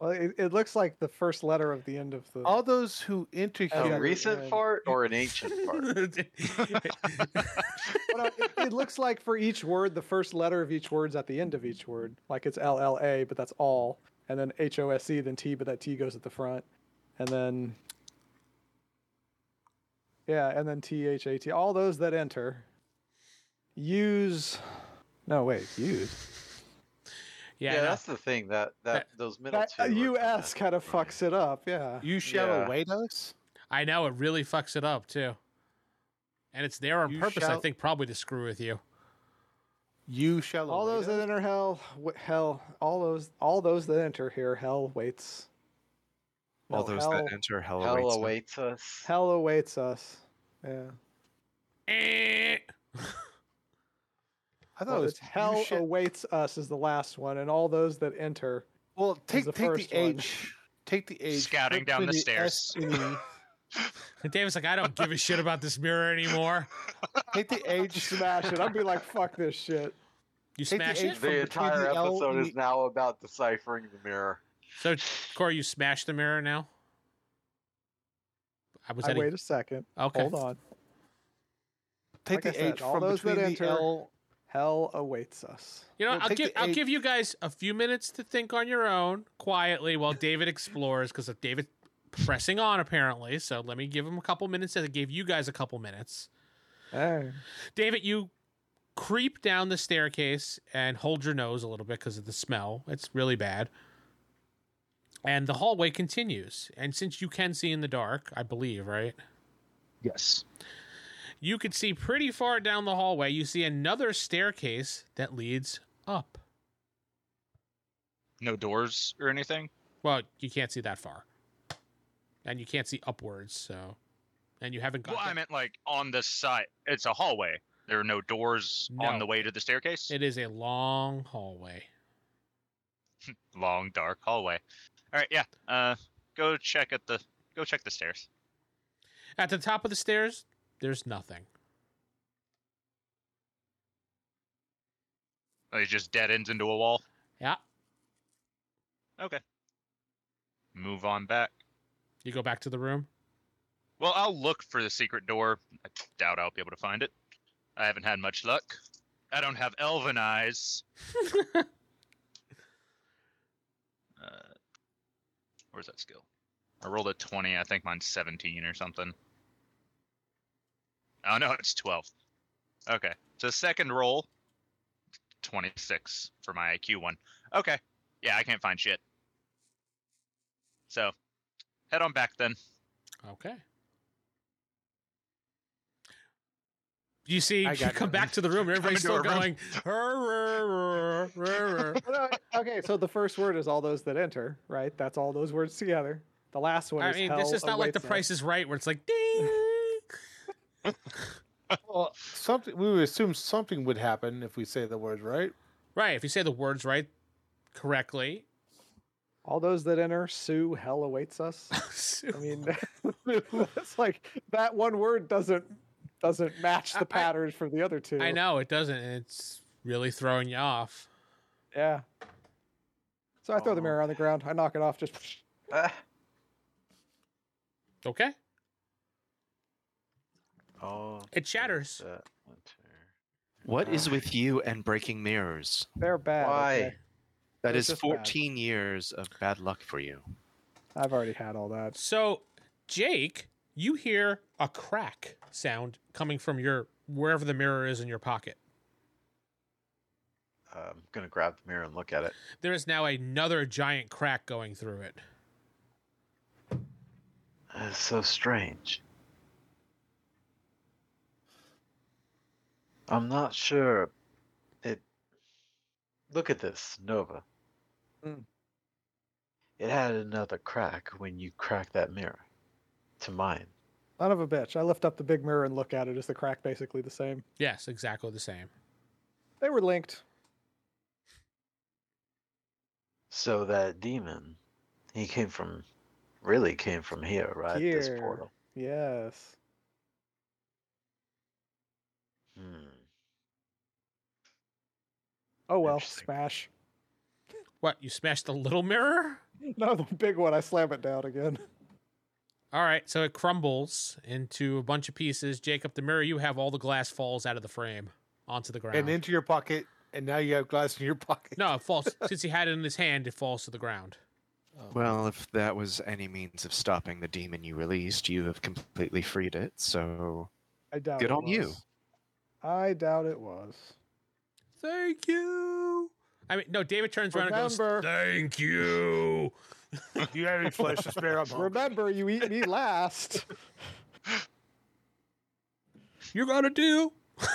G: well, it, it looks like the first letter of the end of the.
B: All those who enter
G: Oh,
B: here.
D: A
G: yeah,
D: recent
G: yeah.
D: fart or an
B: [laughs]
D: ancient
C: [laughs]
D: fart?
G: Well, no, uh, it, it looks like for each word, the first letter of each word's at the end of each word. Like it's L L A, but that's all, and then H O S E, then T, but that T goes at the front, and then yeah, and then T H A T. All those that enter use. No wait, use
C: yeah,
D: yeah,
C: no.
D: that's the thing that that those middle
G: that uh,
D: two. are
G: U S
D: kinda-
G: kind of fucks it up. Yeah,
B: You shall
D: Yeah.
B: await us.
C: I know it really fucks it up too. And it's there on
B: You
C: purpose, I
B: shall-
C: think, probably to screw with you.
B: You shall
G: all
B: await
G: those that
B: us.
G: enter hell, w- hell, all those, all those that enter here, hell waits.
A: All
G: No,
A: those
G: hell-
A: that enter hell,
D: Hell
A: awaits.
D: awaits us.
G: hell awaits us. Yeah.
C: Eh.
B: I
G: Well,
B: thought it was
G: it's hell
B: You shall-
G: awaits us is the last one, and all those that enter.
B: Well, take
G: the
B: take
G: first
B: the
G: one.
B: H. Take the H.
F: Scouting
B: put
F: down
B: in
F: the stairs.
B: S E. in
F: [laughs]
B: the-
C: And David's like, I don't give a shit about this mirror anymore.
B: Take the H.
G: Smash it! I'd be like, "Fuck this shit."
C: You
B: Take the
C: smash
B: eight
C: it.
B: from
D: The
B: between
D: entire
B: the L
D: episode
B: and
D: is
B: the-
D: now about deciphering the mirror.
C: So, Corey, you smash the mirror now. I [laughs] was
G: I
C: that a-
G: wait a second.
C: okay.
G: Hold on.
B: Take
G: Like I
B: the
G: said,
B: H
G: all
B: from
G: those that
B: between the
G: enter-
B: L.
G: Hell awaits us.
C: You know,
B: Well,
C: I'll
B: take
C: give
B: the
C: I'll
B: eight-
C: give you guys a few minutes to think on your own quietly while David explores because of David pressing on apparently. So let me give him a couple minutes as I gave you guys a couple minutes.
G: Hey.
C: David, you creep down the staircase and hold your nose a little bit because of the smell. It's really bad. And the hallway continues. And since you can see in the dark, I believe, right?
F: Yes.
C: You could see pretty far down the hallway. You see another staircase that leads up.
F: No doors or anything.
C: Well, you can't see that far. And you can't see upwards, so and you haven't got
F: Well, I
C: that-
F: meant like on the side. It's a hallway. There are no doors
C: No.
F: on the way to the staircase.
C: it is a long hallway.
F: Long dark hallway. All right. Yeah. Uh, go check at the go check the stairs.
C: At the top of the stairs, there's nothing.
F: Oh, It just dead ends into a wall.
C: Yeah.
F: Okay. Move on back.
C: You go back to the room.
F: Well, I'll look for the secret door. I doubt I'll be able to find it. I haven't had much luck. I don't have elven eyes. uh, where's that skill? I rolled a 20. I think mine's 17 or something. Oh, no, it's 12. Okay. So, second roll 26 for my IQ one. Okay. Yeah, I can't find shit. So, head on back then. [laughs]
C: Okay. You see, [laughs]
B: I
C: you
B: got
C: come
B: nothing.
C: back to the room and everybody's still
F: into a room.
C: going. "Rrr, rrr, rrr, rrr, rrr."
G: Well, no, okay, so the first word is all those that enter, right? That's all those words together. The last one
C: I
G: is
C: mean, this
G: hell
C: is not like the
G: awaits us.
C: Price is Right where it's like ding. [laughs]
B: Well, something we would assume something would happen if we say the words right.
C: right, if you say the words right correctly. [laughs]
G: All those that enter, sue, hell awaits us. I mean, [laughs] it's like that one word doesn't doesn't match
C: I-
G: the
C: I-
G: pattern from the other two.
C: I know it doesn't. and It's really throwing you off.
G: Yeah. So I throw the mirror on the ground. I knock it off. Just
D: Ah,
C: Okay,
D: oh,
C: it shatters.
D: that one there.
A: What is with you and breaking mirrors?
G: they're bad.
D: Why?
G: okay.
A: That
G: It's
A: is
G: just bad.
A: 14 years of bad luck for you.
G: I've already had all that.
C: So, Jake, you hear a crack sound coming from your wherever the mirror is in your pocket.
D: Uh, I'm gonna grab the mirror and look at it.
C: There is now another giant crack going through it.
D: It's so strange. I'm not sure. It. Look at this, Nova.
G: Mm.
D: It had another crack when you cracked that mirror. To mine.
G: Son of a bitch. I lift up the big mirror and look at it. Is the crack basically the same?
C: Yes, exactly the same.
G: They were linked.
D: So that demon, he came from, really came from here, right? This
G: Here.
D: portal.
G: Yes.
D: Hmm.
G: Oh well.
D: Interesting.
G: Smash. [laughs]
C: What, you smashed the little mirror?
G: No, the big one. I slam it down again. [laughs]
C: All right, so it crumbles into a bunch of pieces. Jacob, the mirror you have, all the glass falls out of the frame onto the ground.
B: And into your pocket, and now you have glass in your pocket.
C: no, it falls. [laughs] since he had it in his hand, it falls to the ground.
A: Well, if that was any means of stopping the demon you released, you have completely freed it. So,
G: I doubt.
A: Good
G: it
A: on you.
G: was. I doubt it was.
C: Thank you. I mean, no, David turns around
G: Remember-
C: and goes, Thank you.
B: You have any flesh to spare? I'm hungry.
G: Remember, you eat me last.
C: You're going to [laughs] do.
G: All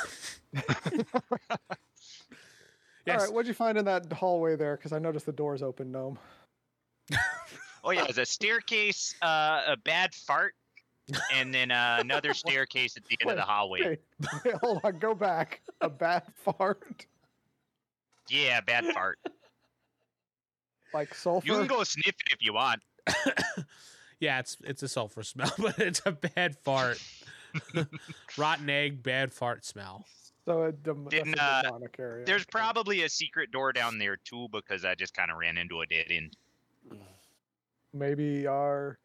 C: yes.
G: right. What'd you find in that hallway there? Because I noticed the doors open. Gnome. [laughs]
F: Oh yeah, there's a staircase, uh, a bad fart, and then uh,
G: [laughs]
F: another staircase at the end of the hallway.
G: Wait, wait, hold on. Go back. A bad [laughs] fart.
F: Yeah, bad
G: [laughs]
F: fart.
G: Like sulfur.
F: You can go sniff it if you want.
C: Yeah, it's it's a sulfur smell, [laughs] but it's a bad fart. [laughs] Rotten egg, bad fart smell.
G: So a dem- that's
F: Didn't,
G: a
F: uh,
G: demonic area.
F: There's
G: okay.
F: probably a secret door down there too because I just kind of ran into a dead end.
G: maybe our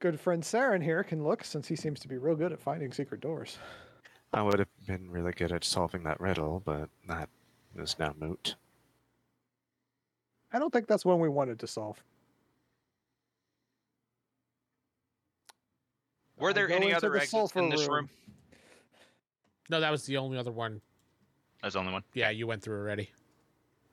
G: good friend Saren here can look since he seems to be real good at finding secret doors.
A: I would have been really good at solving that riddle, but that is now moot.
G: I don't think that's one we wanted to solve.
F: Were
G: I
F: there
G: go
F: any
G: into
F: other
G: the
F: exits in
G: sulfur
F: this room?
C: No, that was the only other one.
F: That's the only one.
C: Yeah, you went through already.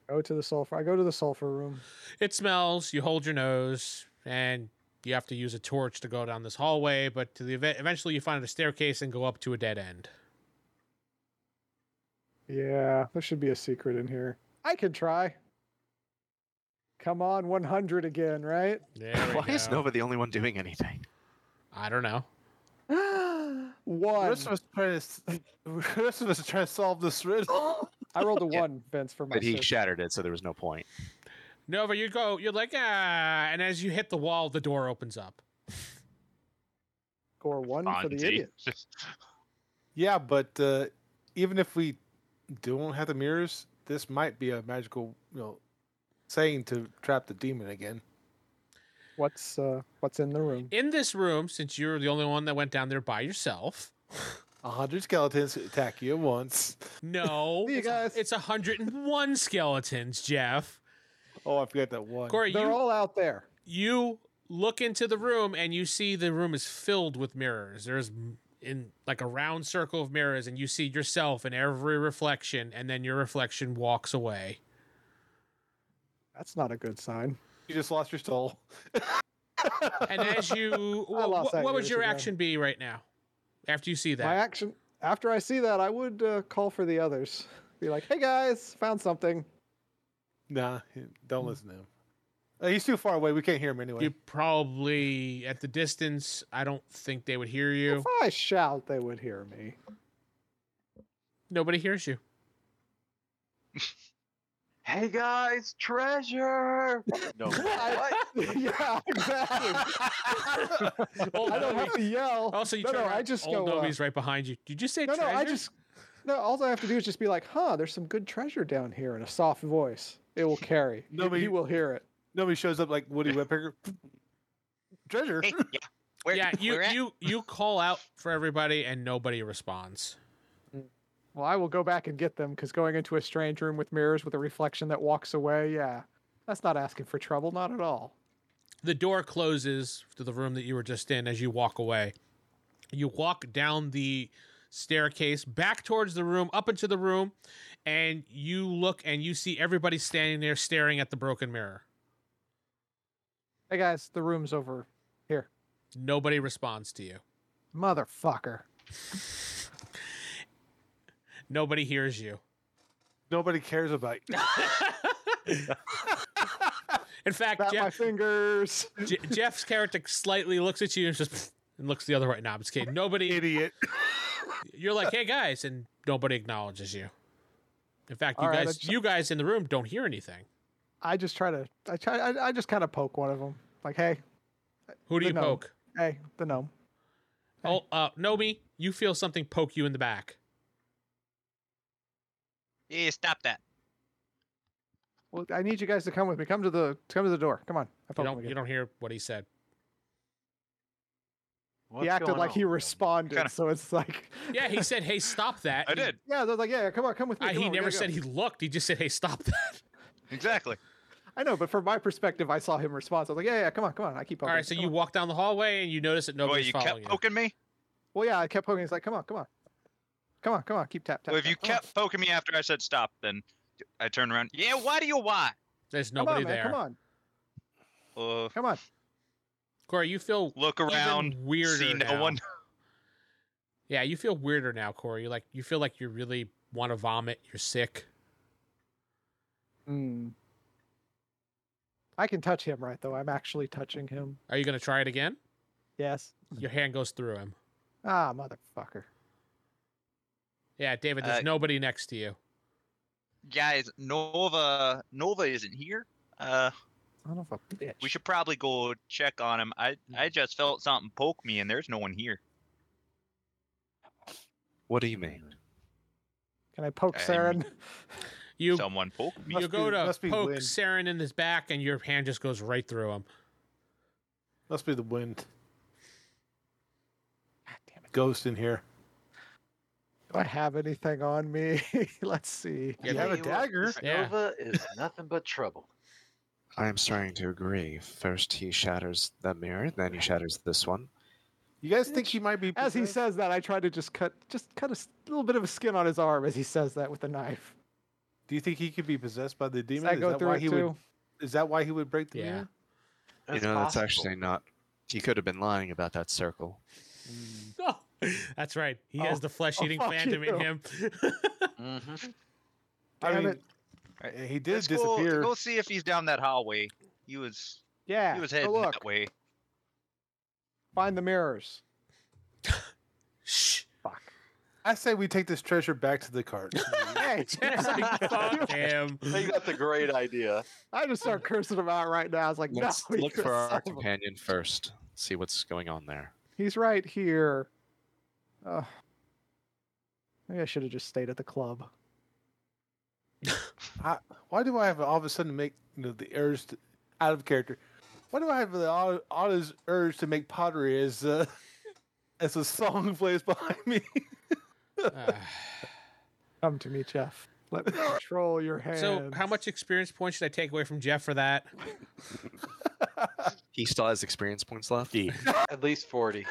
G: Go to the sulfur. I go to the sulfur room.
C: It smells. You hold your nose, and you have to use a torch to go down this hallway. But to the event, eventually, you find a staircase and go up to a dead end.
G: Yeah, there should be a secret in here. I can try. Come on, 100 again, right? [gasps]
C: There we
A: [laughs] Why is
C: go.
A: Nova the only one doing
G: [laughs]
A: anything?
C: I don't know.
B: The
G: one.
B: rest of us trying to, s- the rest of us are trying to solve this riddle.
G: I rolled a
A: [laughs] Yeah.
G: one, Vince, for my.
A: But he
G: search.
A: shattered it, so there was no point.
C: Nova, you go. You're like ah, and as you hit the wall, the door opens up.
G: Score one for the
A: eh?
F: Fonzie.
G: idiot.
B: Yeah, but uh, even if we don't have the mirrors, this might be a magical, you know, saying to trap the demon again.
G: What's uh, what's in the room?
C: In this room, since you're the only one that went down there by yourself,
B: A hundred skeletons attack you at once.
C: no,
G: [laughs] See you
C: it's-
G: guys.
C: it's 101 skeletons, Jeff.
B: Oh, I forgot that one.
C: Corey,
G: They're
C: you
G: all out there.
C: you look into the room and you see the room is filled with mirrors. There's m- in like a round circle of mirrors and you see yourself in every reflection and then your reflection walks away.
G: That's not a good sign.
B: You just lost your soul. [laughs]
C: And as
G: [laughs]
C: you wh-
G: lost
C: wh-
G: that
C: what would
G: years
C: your
G: ago.
C: action be right now after you see that?
G: My action after I see that, I would uh, call for the others. Be like, "Hey guys, found something."
B: Nah, he- don't listen to him. Uh, he's too far away. We can't hear him anyway.
C: You probably at the distance. I don't think they would hear you.
G: If I shout, they would hear me. [laughs]
C: Nobody hears you.
D: Hey guys,
F: [laughs]
D: treasure! No.
G: I- yeah, exactly. Oh, I don't have to yell.
C: Also, you
G: no,
C: turn
G: no,
C: around.
G: I just
C: old
G: go. uh,
C: Nobody's right behind you. Did you say
G: no, no,
C: Oh, treasure?
G: I just no. All I have to do is just be like, "Huh, there's some good treasure down here," in a soft voice. It will carry.
B: No,
G: He-
B: but
G: he,
B: you-
G: will hear it.
B: Nobody shows up like Woody Woodpecker. [laughs] Treasure.
F: [laughs] Hey, yeah. Where,
C: yeah, you
F: where at?
C: you you call out for everybody and nobody responds.
G: Well, I will go back and get them because going into a strange room with mirrors with a reflection that walks away, yeah, that's not asking for trouble, not at all.
C: the door closes to the room that you were just in as you walk away. You walk down the staircase back towards the room, up into the room, and you look and you see everybody standing there staring at the broken mirror.
G: Hey guys, the room's over here.
C: Nobody responds to you.
G: Motherfucker.
C: Nobody hears you.
B: Nobody cares
C: [laughs]
B: about you.
C: In fact,
G: Bat my
C: Jeff,
G: fingers.
C: Je- Jeff's character slightly looks at you and just [laughs] and looks the other way. No, I'm just kidding. Nobody.
B: Idiot.
C: You're like, hey guys, and nobody acknowledges you. In fact, you
G: All right,
C: guys,
G: that's-
C: you guys in the room don't hear anything.
G: I just try to, I try, I, I just kind of poke one of them. Like, hey,
C: Who do
G: The
C: you
G: gnome.
C: poke?
G: hey, the gnome.
C: Oh, uh, Nomi, you feel something poke you in the back.
F: Yeah, stop that.
G: Well, I need you guys to come with me. Come to the, come to the door. Come on. I
C: You
G: poke him
C: don't,
G: again.
C: you don't hear what he said.
D: What's
G: he acted
D: going
G: like he
D: on?
G: responded,
F: Kinda-
G: so it's like,
C: [laughs] Yeah, he said, "Hey, stop that."
F: I did.
G: yeah, they're like, yeah, yeah, come on, come with me.
C: I,
G: come
C: he
G: on, we
C: never
G: gotta go."
C: said he looked. He just said, "Hey, stop that."
F: Exactly.
G: I know, but from my perspective, I saw him respond. So I was like, yeah, yeah, come on, come on. I keep
C: All
G: poking.
C: right, so
G: come
C: you
G: on.
C: walk down the hallway and you notice that
F: Boy,
C: nobody's
F: you
C: following
F: kept
C: you.
F: poking me?
G: Well, yeah, I kept poking. He's like, come on, come on, come on, come on. Keep tap tap.
F: Well, if
G: tap,
F: you
G: come on.
F: kept poking me after I said stop, then I turned around. Yeah, why do you why?
C: There's
G: Come
C: nobody
G: on, man,
C: there.
G: Come on,
F: Uh,
G: come on.
C: Corey, you feel
F: look
C: even
F: around.
C: weirder
F: see no
C: now.
F: one.
C: Yeah, you feel weirder now, Corey. You like you feel like you really want to vomit. You're sick.
G: Mm. I can touch him, right? Though I'm actually touching him.
C: Are you gonna try it again?
G: Yes.
C: Your hand goes through him.
G: Ah, motherfucker.
C: Yeah, David. There's
F: Uh,
C: nobody next to you.
F: Guys, Nova Nova isn't here. Uh,
G: Son of a bitch.
F: we should probably go check on him. I I just felt something poke me, and there's no one here.
A: What do you mean?
G: Can I poke
F: I-
G: Saren? [laughs]
C: You
F: Someone poked me.
B: Must
C: you go
B: be-
C: to
B: must be
C: poke
B: wind.
C: Saren in his back, and your hand just goes right through him.
B: Must be the wind.
G: God damn it.
B: Ghost in here.
G: Do I have anything on me? [laughs] Let's see.
C: Yeah,
B: you have a
D: Hey, look,
B: dagger.
D: this
C: Yeah.
D: Nova is nothing but trouble.
A: I am starting to agree. First he shatters the mirror, then he shatters this one.
B: You guys think he might be
G: As he
B: possessed?
G: says that, I try to just cut, just cut a s- little bit of a skin on his arm as he says that with a knife.
B: Do you think he could be possessed by the
G: Does
B: demon?
G: that
B: Is
G: go
B: that
G: through
B: why
G: it
B: he
G: too?
B: would? Is that why he would break the
C: Yeah.
B: mirror?
A: [laughs]
D: That's
A: you know,
D: possible.
A: that's actually not. He could have been lying about that circle.
G: Mm.
C: Oh, [laughs] that's right. He has
G: Oh,
C: the flesh eating
G: fuck
C: phantom in
G: you. [laughs]
C: him.
D: [laughs] Mhm.
G: Damn
B: I
G: it.
B: mean, uh, he did
F: Let's go,
B: disappear.
F: go see if he's down that hallway. He was
G: Yeah.
F: he was
G: go
F: heading
G: look.
F: that way.
G: Find the mirrors.
C: Shh.
G: Fuck.
B: I say we take this treasure back to the
G: [laughs]
B: cart.
G: Hey,
C: Jeff's like,
G: [laughs]
C: fuck him.
D: I think that's a great idea.
G: I just start cursing him out right [laughs] now. I was like,
A: Let's
G: no,
A: look
G: you're
A: for
G: a son
A: our
G: of a-
A: companion first. See what's going on there.
G: He's right here. Ugh. maybe I should have just stayed at the club.
B: I, why do I have all of a sudden make you know the urge to, out of character? Why do I have the all, all this urge to make pottery as uh, [laughs] as a song [laughs] plays behind me?
C: Ah.
G: Come to me, Jeff. Let me control your hand.
C: so, how much experience points should I take away from Jeff for that?
A: He still has experience points left.
E: D.
D: At least 40.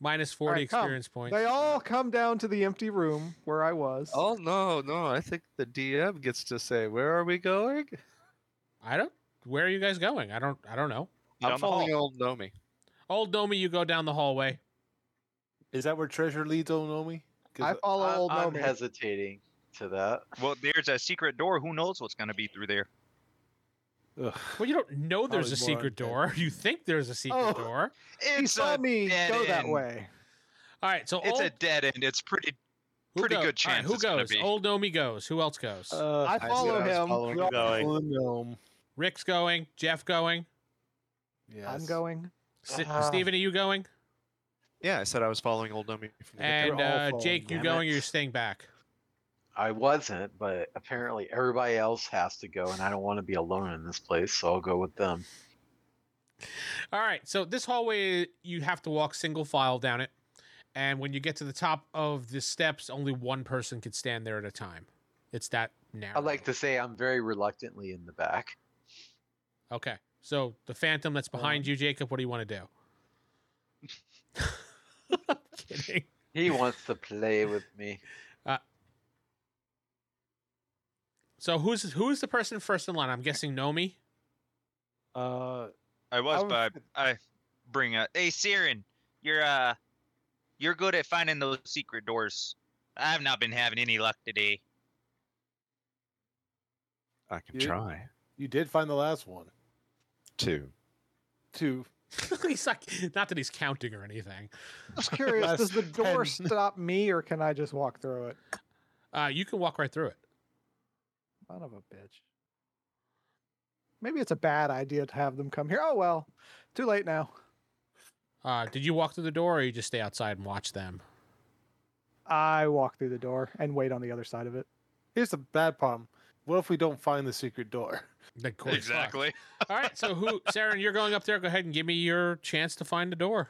C: Minus 40
G: All right, come.
C: experience points.
G: They all come down to the empty room where I was.
A: Oh no, no! I think the DM gets to say where are we going.
C: I don't. Where are you guys going? I don't. I don't know.
A: I'm
F: Down the
A: following old Nomi.
C: Old Domi, you go down the hallway.
B: Is that where treasure leads,
G: oh,
B: Don't know me.
G: I follow
D: I-
G: old
D: I'm
G: Nomi.
D: hesitating to that.
F: Well, there's a secret door. Who knows what's going to be through there?
C: Well, you don't know there's a
B: was more
C: secret
B: on-
C: door. [laughs] You think there's a secret
G: Oh.
C: door.
G: he
F: It's
G: saw
F: a,
G: me
F: dead
G: go that
F: end.
G: way.
C: All right. So
F: it's
C: old,
F: a dead end. It's pretty.
C: who
F: pretty
C: go-
F: good
C: all right,
F: chance
C: who
F: it's gonna
C: goes?
F: be.
C: Old Domi goes. Who else goes?
G: I
A: said
G: follow
A: was
G: him.
A: following
B: Drop
E: going.
B: one gnome.
C: Rick's going. Jeff going.
B: Yes.
G: I'm going.
C: S-
G: uh,
B: Ah.
C: Steven, are you going?
A: Yeah, I said I was following old Nomi. From the
C: And
A: get-go.
B: all
C: uh,
B: falling,
C: Jake, you
B: damn
C: going?
B: it.
C: Or you're staying back.
D: I wasn't, but apparently everybody else has to go, and I don't want to be alone in this place, so I'll go with them.
C: All right. So this hallway, you have to walk single file down it, and when you get to the top of the steps, only one person could stand there at a time. It's that narrow.
D: I like to say I'm very reluctantly in the back.
C: Okay. So the phantom that's behind you, Jacob, what do you want
D: [laughs]
C: to do? I'm kidding.
D: He wants to play with me.
C: So who's who's the person first in line? I'm guessing Nomi. [laughs]
B: Uh,
F: I was,
B: I was-
F: but I, I bring a. Hey, Siren, you're uh, you're good at finding those secret doors. I've not been having any luck today.
A: I can
B: You-
A: try
B: you did find the last one.
A: to.
B: Two.
C: he's like, not that he's counting or anything.
G: Just curious,
B: Last
G: does the door
B: 10.
G: stop me or can I just walk through it?
C: Uh, you can walk right through it.
G: Son of a bitch. Maybe it's a bad idea to have them come here. Oh well, too late now.
C: Uh, did you walk through the door, or you just stay outside and watch them?
G: I walk through the door and wait on the other side of it.
B: Here's the bad problem. What if we don't find the secret door? [laughs]
C: Like, Corey's fucked. All right. So who, Saren, you're going up there. Go ahead and give me your chance to find the door.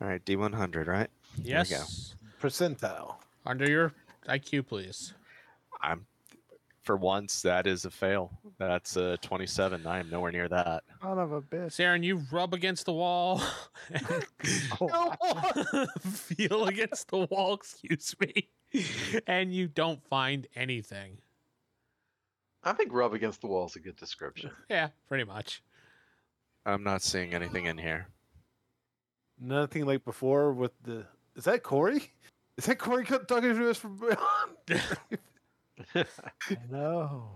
A: All right, D100, right? There we
C: Yes.
A: go.
B: Percentile.
C: Under your IQ, please.
A: I'm for once that is a fail. That's a 27. I am nowhere near that.
G: Son of a bitch.
C: Saren, you rub against the wall. [laughs]
G: Oh,
C: feel against the wall, excuse me, and you don't find anything.
D: I think rub against the wall is a good description.
C: Yeah, pretty much.
A: I'm not seeing anything in here.
B: Nothing like before with the. Is that Corey? Is that Corey co- talking to us from beyond? [laughs]
G: no.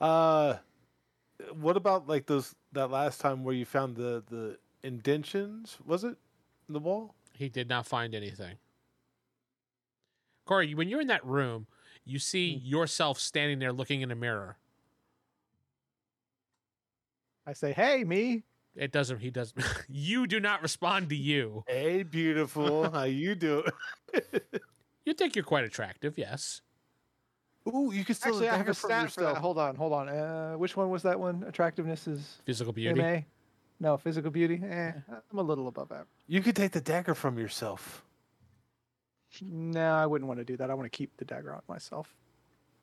B: Uh, what about like those that last time where you found the the indentions? Was it in the wall?
C: He did not find anything. Corey, when you're in that room, you see yourself standing there looking in a mirror.
G: I say, hey, me.
C: It doesn't. [laughs] He does. you do not respond to you.
B: Hey, beautiful, [laughs] how you do?
C: You think you're quite attractive, yes.
B: Ooh, you can still
G: Actually, I have
B: dagger
G: a
B: from
G: stat for that.
B: yourself.
G: Hold on, hold on. Uh, which one was that one? Attractiveness is
C: Physical beauty.
G: MA. No, physical beauty. Eh, I'm a little above that.
B: You could take the dagger from yourself.
G: No, I wouldn't want to do that. I want to keep the dagger on myself.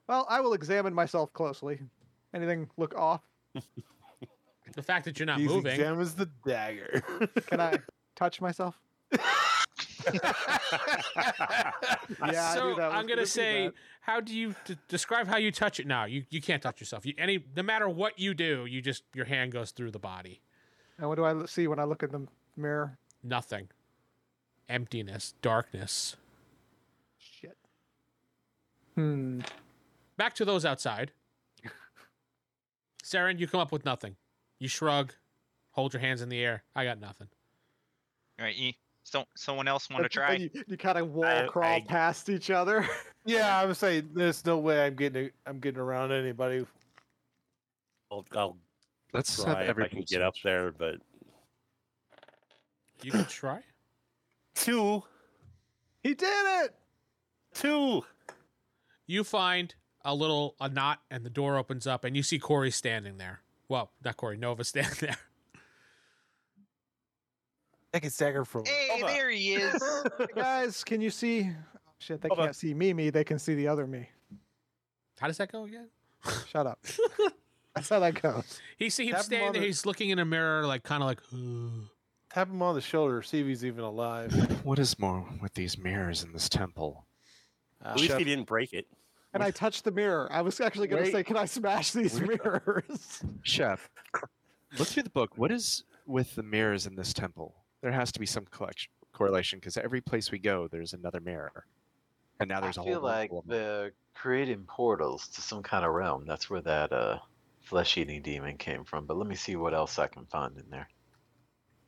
G: Well, I will examine myself closely. Anything look off?
C: The fact that you're not
B: He
C: moving.
B: examines the dagger. [laughs]
G: Can I touch myself? yeah, I
C: so
G: do that.
C: I'm
G: Let's
C: gonna
G: do
C: say,
G: that.
C: how do you d- describe how you touch it now? You you can't touch yourself. You, any no matter what you do, you just your hand goes through the body.
G: Now, what do I l- see when I look in the mirror?
C: Nothing. Emptiness, darkness.
G: Shit. Hmm.
C: Back to those outside. Saren, you come up with nothing. You shrug, hold your hands in the air. I got nothing.
F: All right, E. So, someone else want to
G: And
F: try?
G: You, you kind of wall
E: I-
G: crawl
E: I-
G: past each other.
B: yeah, I was saying there's no way I'm getting I'm getting around anybody.
E: I'll, I'll
A: Let's
E: try
A: have
E: if I
A: everybody
E: can get up there, but
C: You can try.
E: two,
G: he did it.
E: two.
C: You find a little a knot, and the door opens up, and you see Corey standing there. Well, not Corey, Nova [laughs] standing there.
B: Take his dagger from. him.
F: Hey,
B: Hold on.
F: there he is.
G: Guys, can you see? Oh, shit, they
B: Hold on.
G: can't see me. Me, they can see the other me.
C: How does that go again?
G: Shut up. That's how that goes.
C: He see him
B: That
C: standing there.
B: mother-
C: He's looking in a mirror, like kind of like. "Ugh."
B: Tap him on the shoulder. See if he's even alive.
A: What is more with these mirrors in this temple? Ah,
B: Uh,
E: At least he didn't break it.
G: And I touched the mirror. I was actually going to
B: Wait.
G: say, can I smash these mirrors?
A: Chef, look through the book. What is with the mirrors in this temple? There has to be some collection, correlation because every place we go, there's another mirror. And now there's a
D: I
A: whole
D: feel
A: room
D: like
A: full of them.
D: the creating portals to some kind of realm. That's where that uh, flesh-eating demon came from. But let me see what else I can find in there.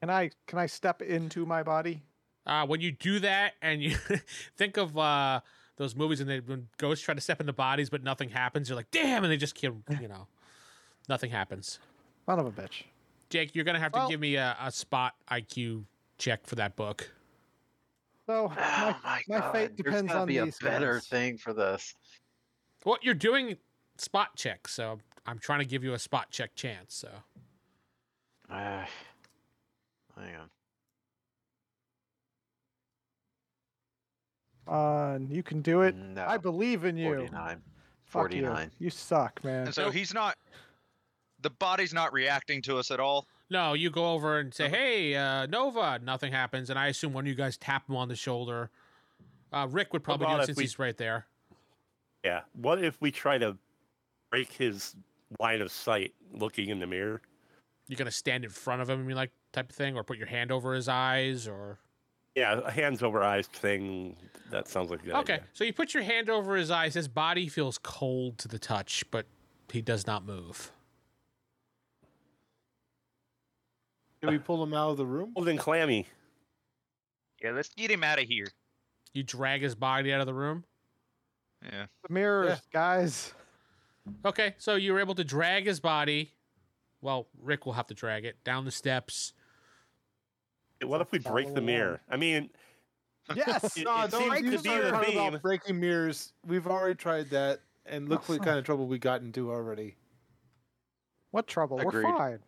G: Can I can I step into my body?
C: Uh, when you do that and you [laughs] think of uh, those movies and they, when ghosts try to step into bodies but nothing happens, you're like, damn, and they just kill, you know, nothing happens.
G: Son of a bitch.
C: Jake, you're going to have to
G: Well-
C: give me a, a spot IQ check for that book.
G: So [sighs] my,
F: [sighs]
D: Oh my,
G: my
D: god!
G: fate
D: There's
G: depends
D: gotta
G: on
D: be
G: these
D: a better
G: things.
D: thing for this.
C: Well, you're doing spot check, so I'm trying to give you a spot check chance. So
D: Uh, hang on.
G: uh, you can do it.
D: no,
G: I believe in you.
D: forty-nine.
G: Fuck you.
D: 49.
G: You suck, man.
F: And so he's not. The body's not reacting to us at all.
C: no, you go over and say,
E: Uh-huh.
C: "Hey, uh, Nova," nothing happens, and I assume one of you guys tap him on the shoulder. Uh, Rick would probably
E: about
C: do it
E: if
C: since
E: we-
C: he's right there.
E: Yeah. What if we try to break his line of sight looking in the mirror?
C: You're gonna stand in front of him and be like type of thing, or put your hand over his eyes, or
E: Yeah, a hands over eyes thing. That sounds like a good
C: Okay,
E: idea.
C: so you put your hand over his eyes. His body feels cold to the touch, but he does not move.
B: Can we pull him out of the room?
C: Oh.
E: Well, then clammy.
F: Yeah, let's get him out of here.
C: You drag his body out of the room.
F: Yeah.
G: The mirrors,
B: Yeah.
G: guys.
C: Okay, so you were able to drag his body. Well, Rick will have to drag it down the steps.
E: What if we break the
G: follow
E: mirror? I mean,
G: Yes.
E: It-
B: No,
E: it
B: don't
E: seems
B: break
E: to
B: the
E: be your
B: mirror. Talk
E: theme.
B: about breaking mirrors. We've already tried that, and look what kind of trouble we got into already.
G: What trouble?
D: Agreed.
G: We're [sighs] fine.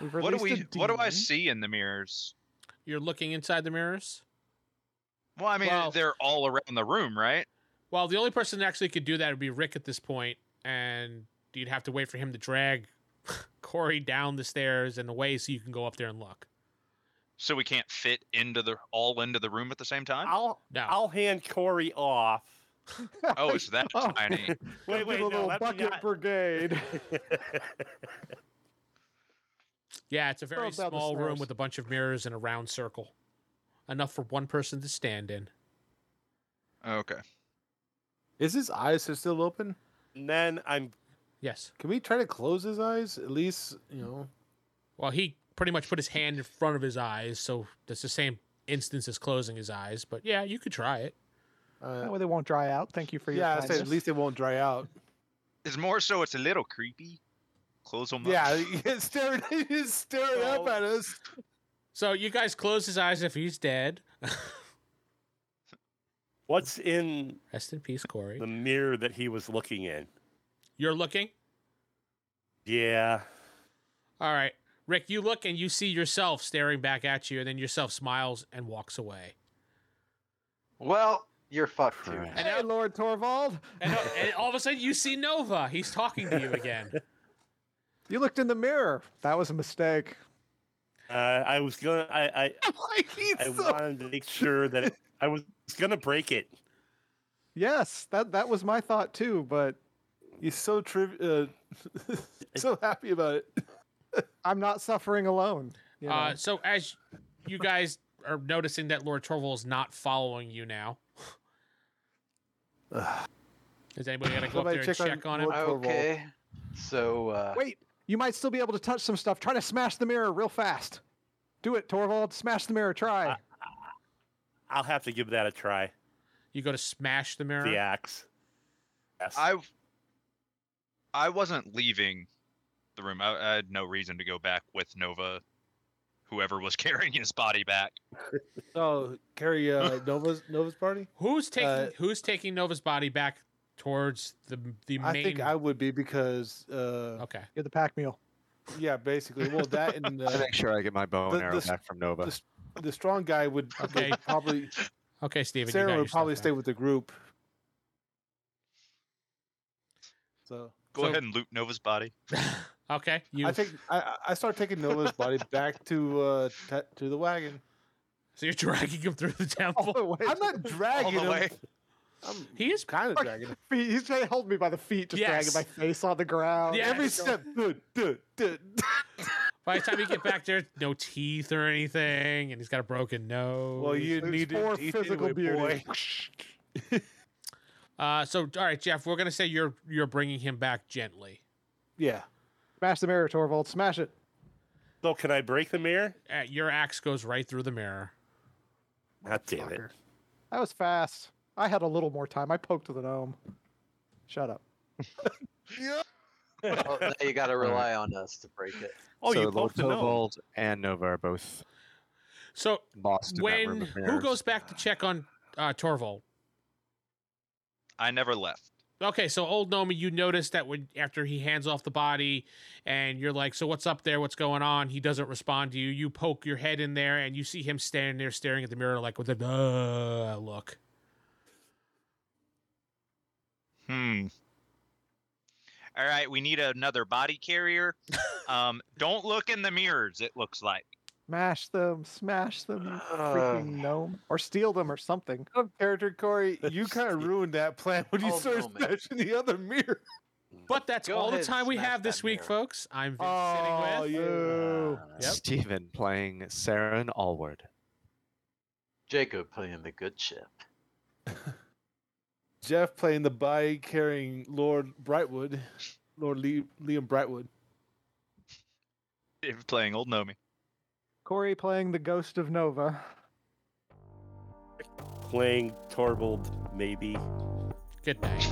G: We've
F: What do
G: released a
F: we? What do I
G: demon. [laughs]
F: see in the mirrors?
C: You're looking inside the mirrors.
F: Well, I mean,
C: Well-
F: they're all around the room, right?
C: Well, the only person that actually could do that would be Rick at this point, and you'd have to wait for him to drag [laughs] Corey down the stairs and away so you can go up there and look.
F: So we can't fit into the all into the room at the same time.
E: I'll
C: No.
E: I'll hand Corey off.
F: Oh, it's that
G: Oh.
F: tiny.
G: Come to
E: Wait, wait,
G: the
E: no,
G: little
E: let me
G: bucket
E: not- [laughs]
G: brigade.
C: Yeah, it's a very
G: Throw it down the
C: small room
G: stairs.
C: with a bunch of mirrors and a round circle. Enough for one person to stand in.
F: Okay.
B: Is his eyes still open?
E: and then I'm
C: Yes.
B: Can we try to close his eyes? At least, you know.
C: Well, he pretty much put his hand in front of his eyes, so that's the same instance as closing his eyes. But yeah, you could try it.
G: That
B: Uh,
G: way they won't dry out. Thank you for your
B: yeah, I say at
G: kindness.
B: least it won't
C: [laughs]
B: dry out.
F: It's more so. It's a little creepy. Close them.
B: Yeah, [laughs]
F: Up.
B: he's staring, he's staring up
C: Oh.
E: No.
B: at us.
C: So you guys close his eyes if he's dead.
E: what's in
C: Rest in peace, Corey.
E: the mirror that he was looking in?
C: You're looking.
E: Yeah.
C: All right, Rick. You look and you see yourself staring back at you, and then yourself smiles and walks away.
D: Well, you're fucked too.
A: Crap.
C: And,
G: Hey,
C: now-
G: Lord Torvald,
C: and,
G: [laughs]
C: now- and all of a sudden, you see Nova. He's talking to you again.
G: you looked in the mirror. That was a mistake.
E: Uh, I was gonna. I I,
B: Like he's
E: I
B: so-
E: wanted to make sure that it, I was gonna break it.
G: Yes, that that was my thought too. But
B: he's so triv- uh, [laughs] so happy about it.
G: I'm not suffering alone. you know?
C: Uh, so as you guys are noticing that Lord Torval is not following you now, is anybody gonna go up there
B: Somebody
C: and
B: check on
C: check on him?
B: Lord- Torvald.
D: Okay. So uh,
G: Wait, you might still be able to touch some stuff. Try to smash the mirror real fast. Do it, Torvald. Smash the mirror. Try.
E: Uh, I'll have to give that a try.
C: You go to smash the mirror.
E: The axe. Yes.
F: I. I wasn't leaving the room. I, I had no reason to go back with Nova,
H: [laughs]
F: whoever was carrying his body back.
B: So carry uh,
C: [laughs]
B: Nova's Nova's party.
C: Who's taking
B: Uh,
C: Who's taking Nova's body back towards the the
B: I
C: main?
B: think I would be because uh,
C: okay.
G: You're the
C: [laughs]
G: pack mule.
B: yeah, basically. Well, that and
A: I
B: uh,
A: make sure I get my bow
B: The-
A: and arrow
B: this-
A: back from Nova.
B: this- the strong
C: [laughs]
B: guy would
C: Okay.
B: would probably
C: Okay, Steven. you got
B: Sarah
C: your
B: would probably
C: stuff
B: stay
C: now.
B: with the group. So
F: Go
C: So-
F: ahead and loot Nova's body.
C: Okay. You.
B: I take I, I- I start taking Noah's body back to uh t- to
C: [laughs]
B: the wagon.
C: so you're dragging him through the
G: All
C: temple.
G: the way.
B: I'm
C: [laughs]
B: not dragging
H: All the
B: him. [laughs]
H: way.
B: I'm
C: He is.
B: kind of dragging him.
G: Feet- He's trying to hold me by the feet, just
C: Yes.
G: dragging my face on the ground.
C: Yeah.
B: Every
C: Yes. [laughs]
B: step, dude, dude, dude.
C: By the time you get back there, no teeth or anything, and he's got a broken nose.
B: Well, you
G: There's
B: need
G: more
B: to eat
G: physical
B: anyway,
G: beauty.
B: boy. [laughs]
C: Uh, so all right, Jeff, we're gonna say you're you're bringing him back gently.
B: Yeah.
G: Smash the mirror, Torvald. Smash it.
E: So can I break the mirror?
C: Uh, your axe goes right through the mirror.
E: God Ah, damn it.
G: Fucker. That was fast. I had a little more time. I poked the gnome. Shut up.
D: Well, now you
G: [laughs]
D: got to rely on us to break it.
E: [laughs] Oh,
A: so
E: you poked the gnome.
A: Lotovold and Nova are both
C: So
A: lost. in that
C: when
A: room of
C: who
A: mirrors.
C: goes back to check on uh, Torvald?
H: I never left.
C: Okay, so old Nomi, you notice that when after he hands off the body, and you're like, "So what's up there? What's going on?" He doesn't respond to you. You poke your head in there, and you see him standing there, staring at the mirror, like with a uh, look.
H: Hmm. All right, we need another body carrier. um, don't look in the mirrors. It looks like.
G: Smash them. Smash them. You
E: Uh.
G: freaking gnome. Or steal them or something.
B: Out of character, Corey, you kind
C: [laughs]
B: of ruined that plan when you
D: Oh,
B: started
D: no, man.
B: smashing the other mirror.
C: But that's
D: Go
C: all the
D: ahead,
C: time we
D: smash
C: have
D: that
C: this week,
D: mirror.
C: folks. I'm Vince sitting
B: Oh,
C: with.
B: you.
C: Yep.
A: Uh, Steven playing Saren Allward.
D: Jacob playing the good ship.
B: Jeff playing the body carrying Lord Brightwood, Lord Lee, Liam Brightwood.
H: If playing old Nomi.
G: Corey playing the ghost of Nova.
E: Playing Torvald, maybe.
C: Good night.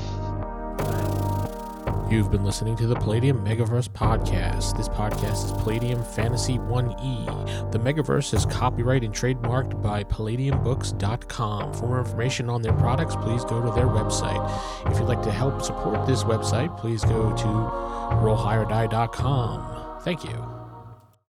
C: You've been listening to the Palladium Megaverse podcast. This podcast is Palladium Fantasy 1E. The Megaverse is copyright and trademarked by PalladiumBooks.com. For more information on their products, please go to their website. If you'd like to help support this website, please go to RollHigherDie.com. Thank you.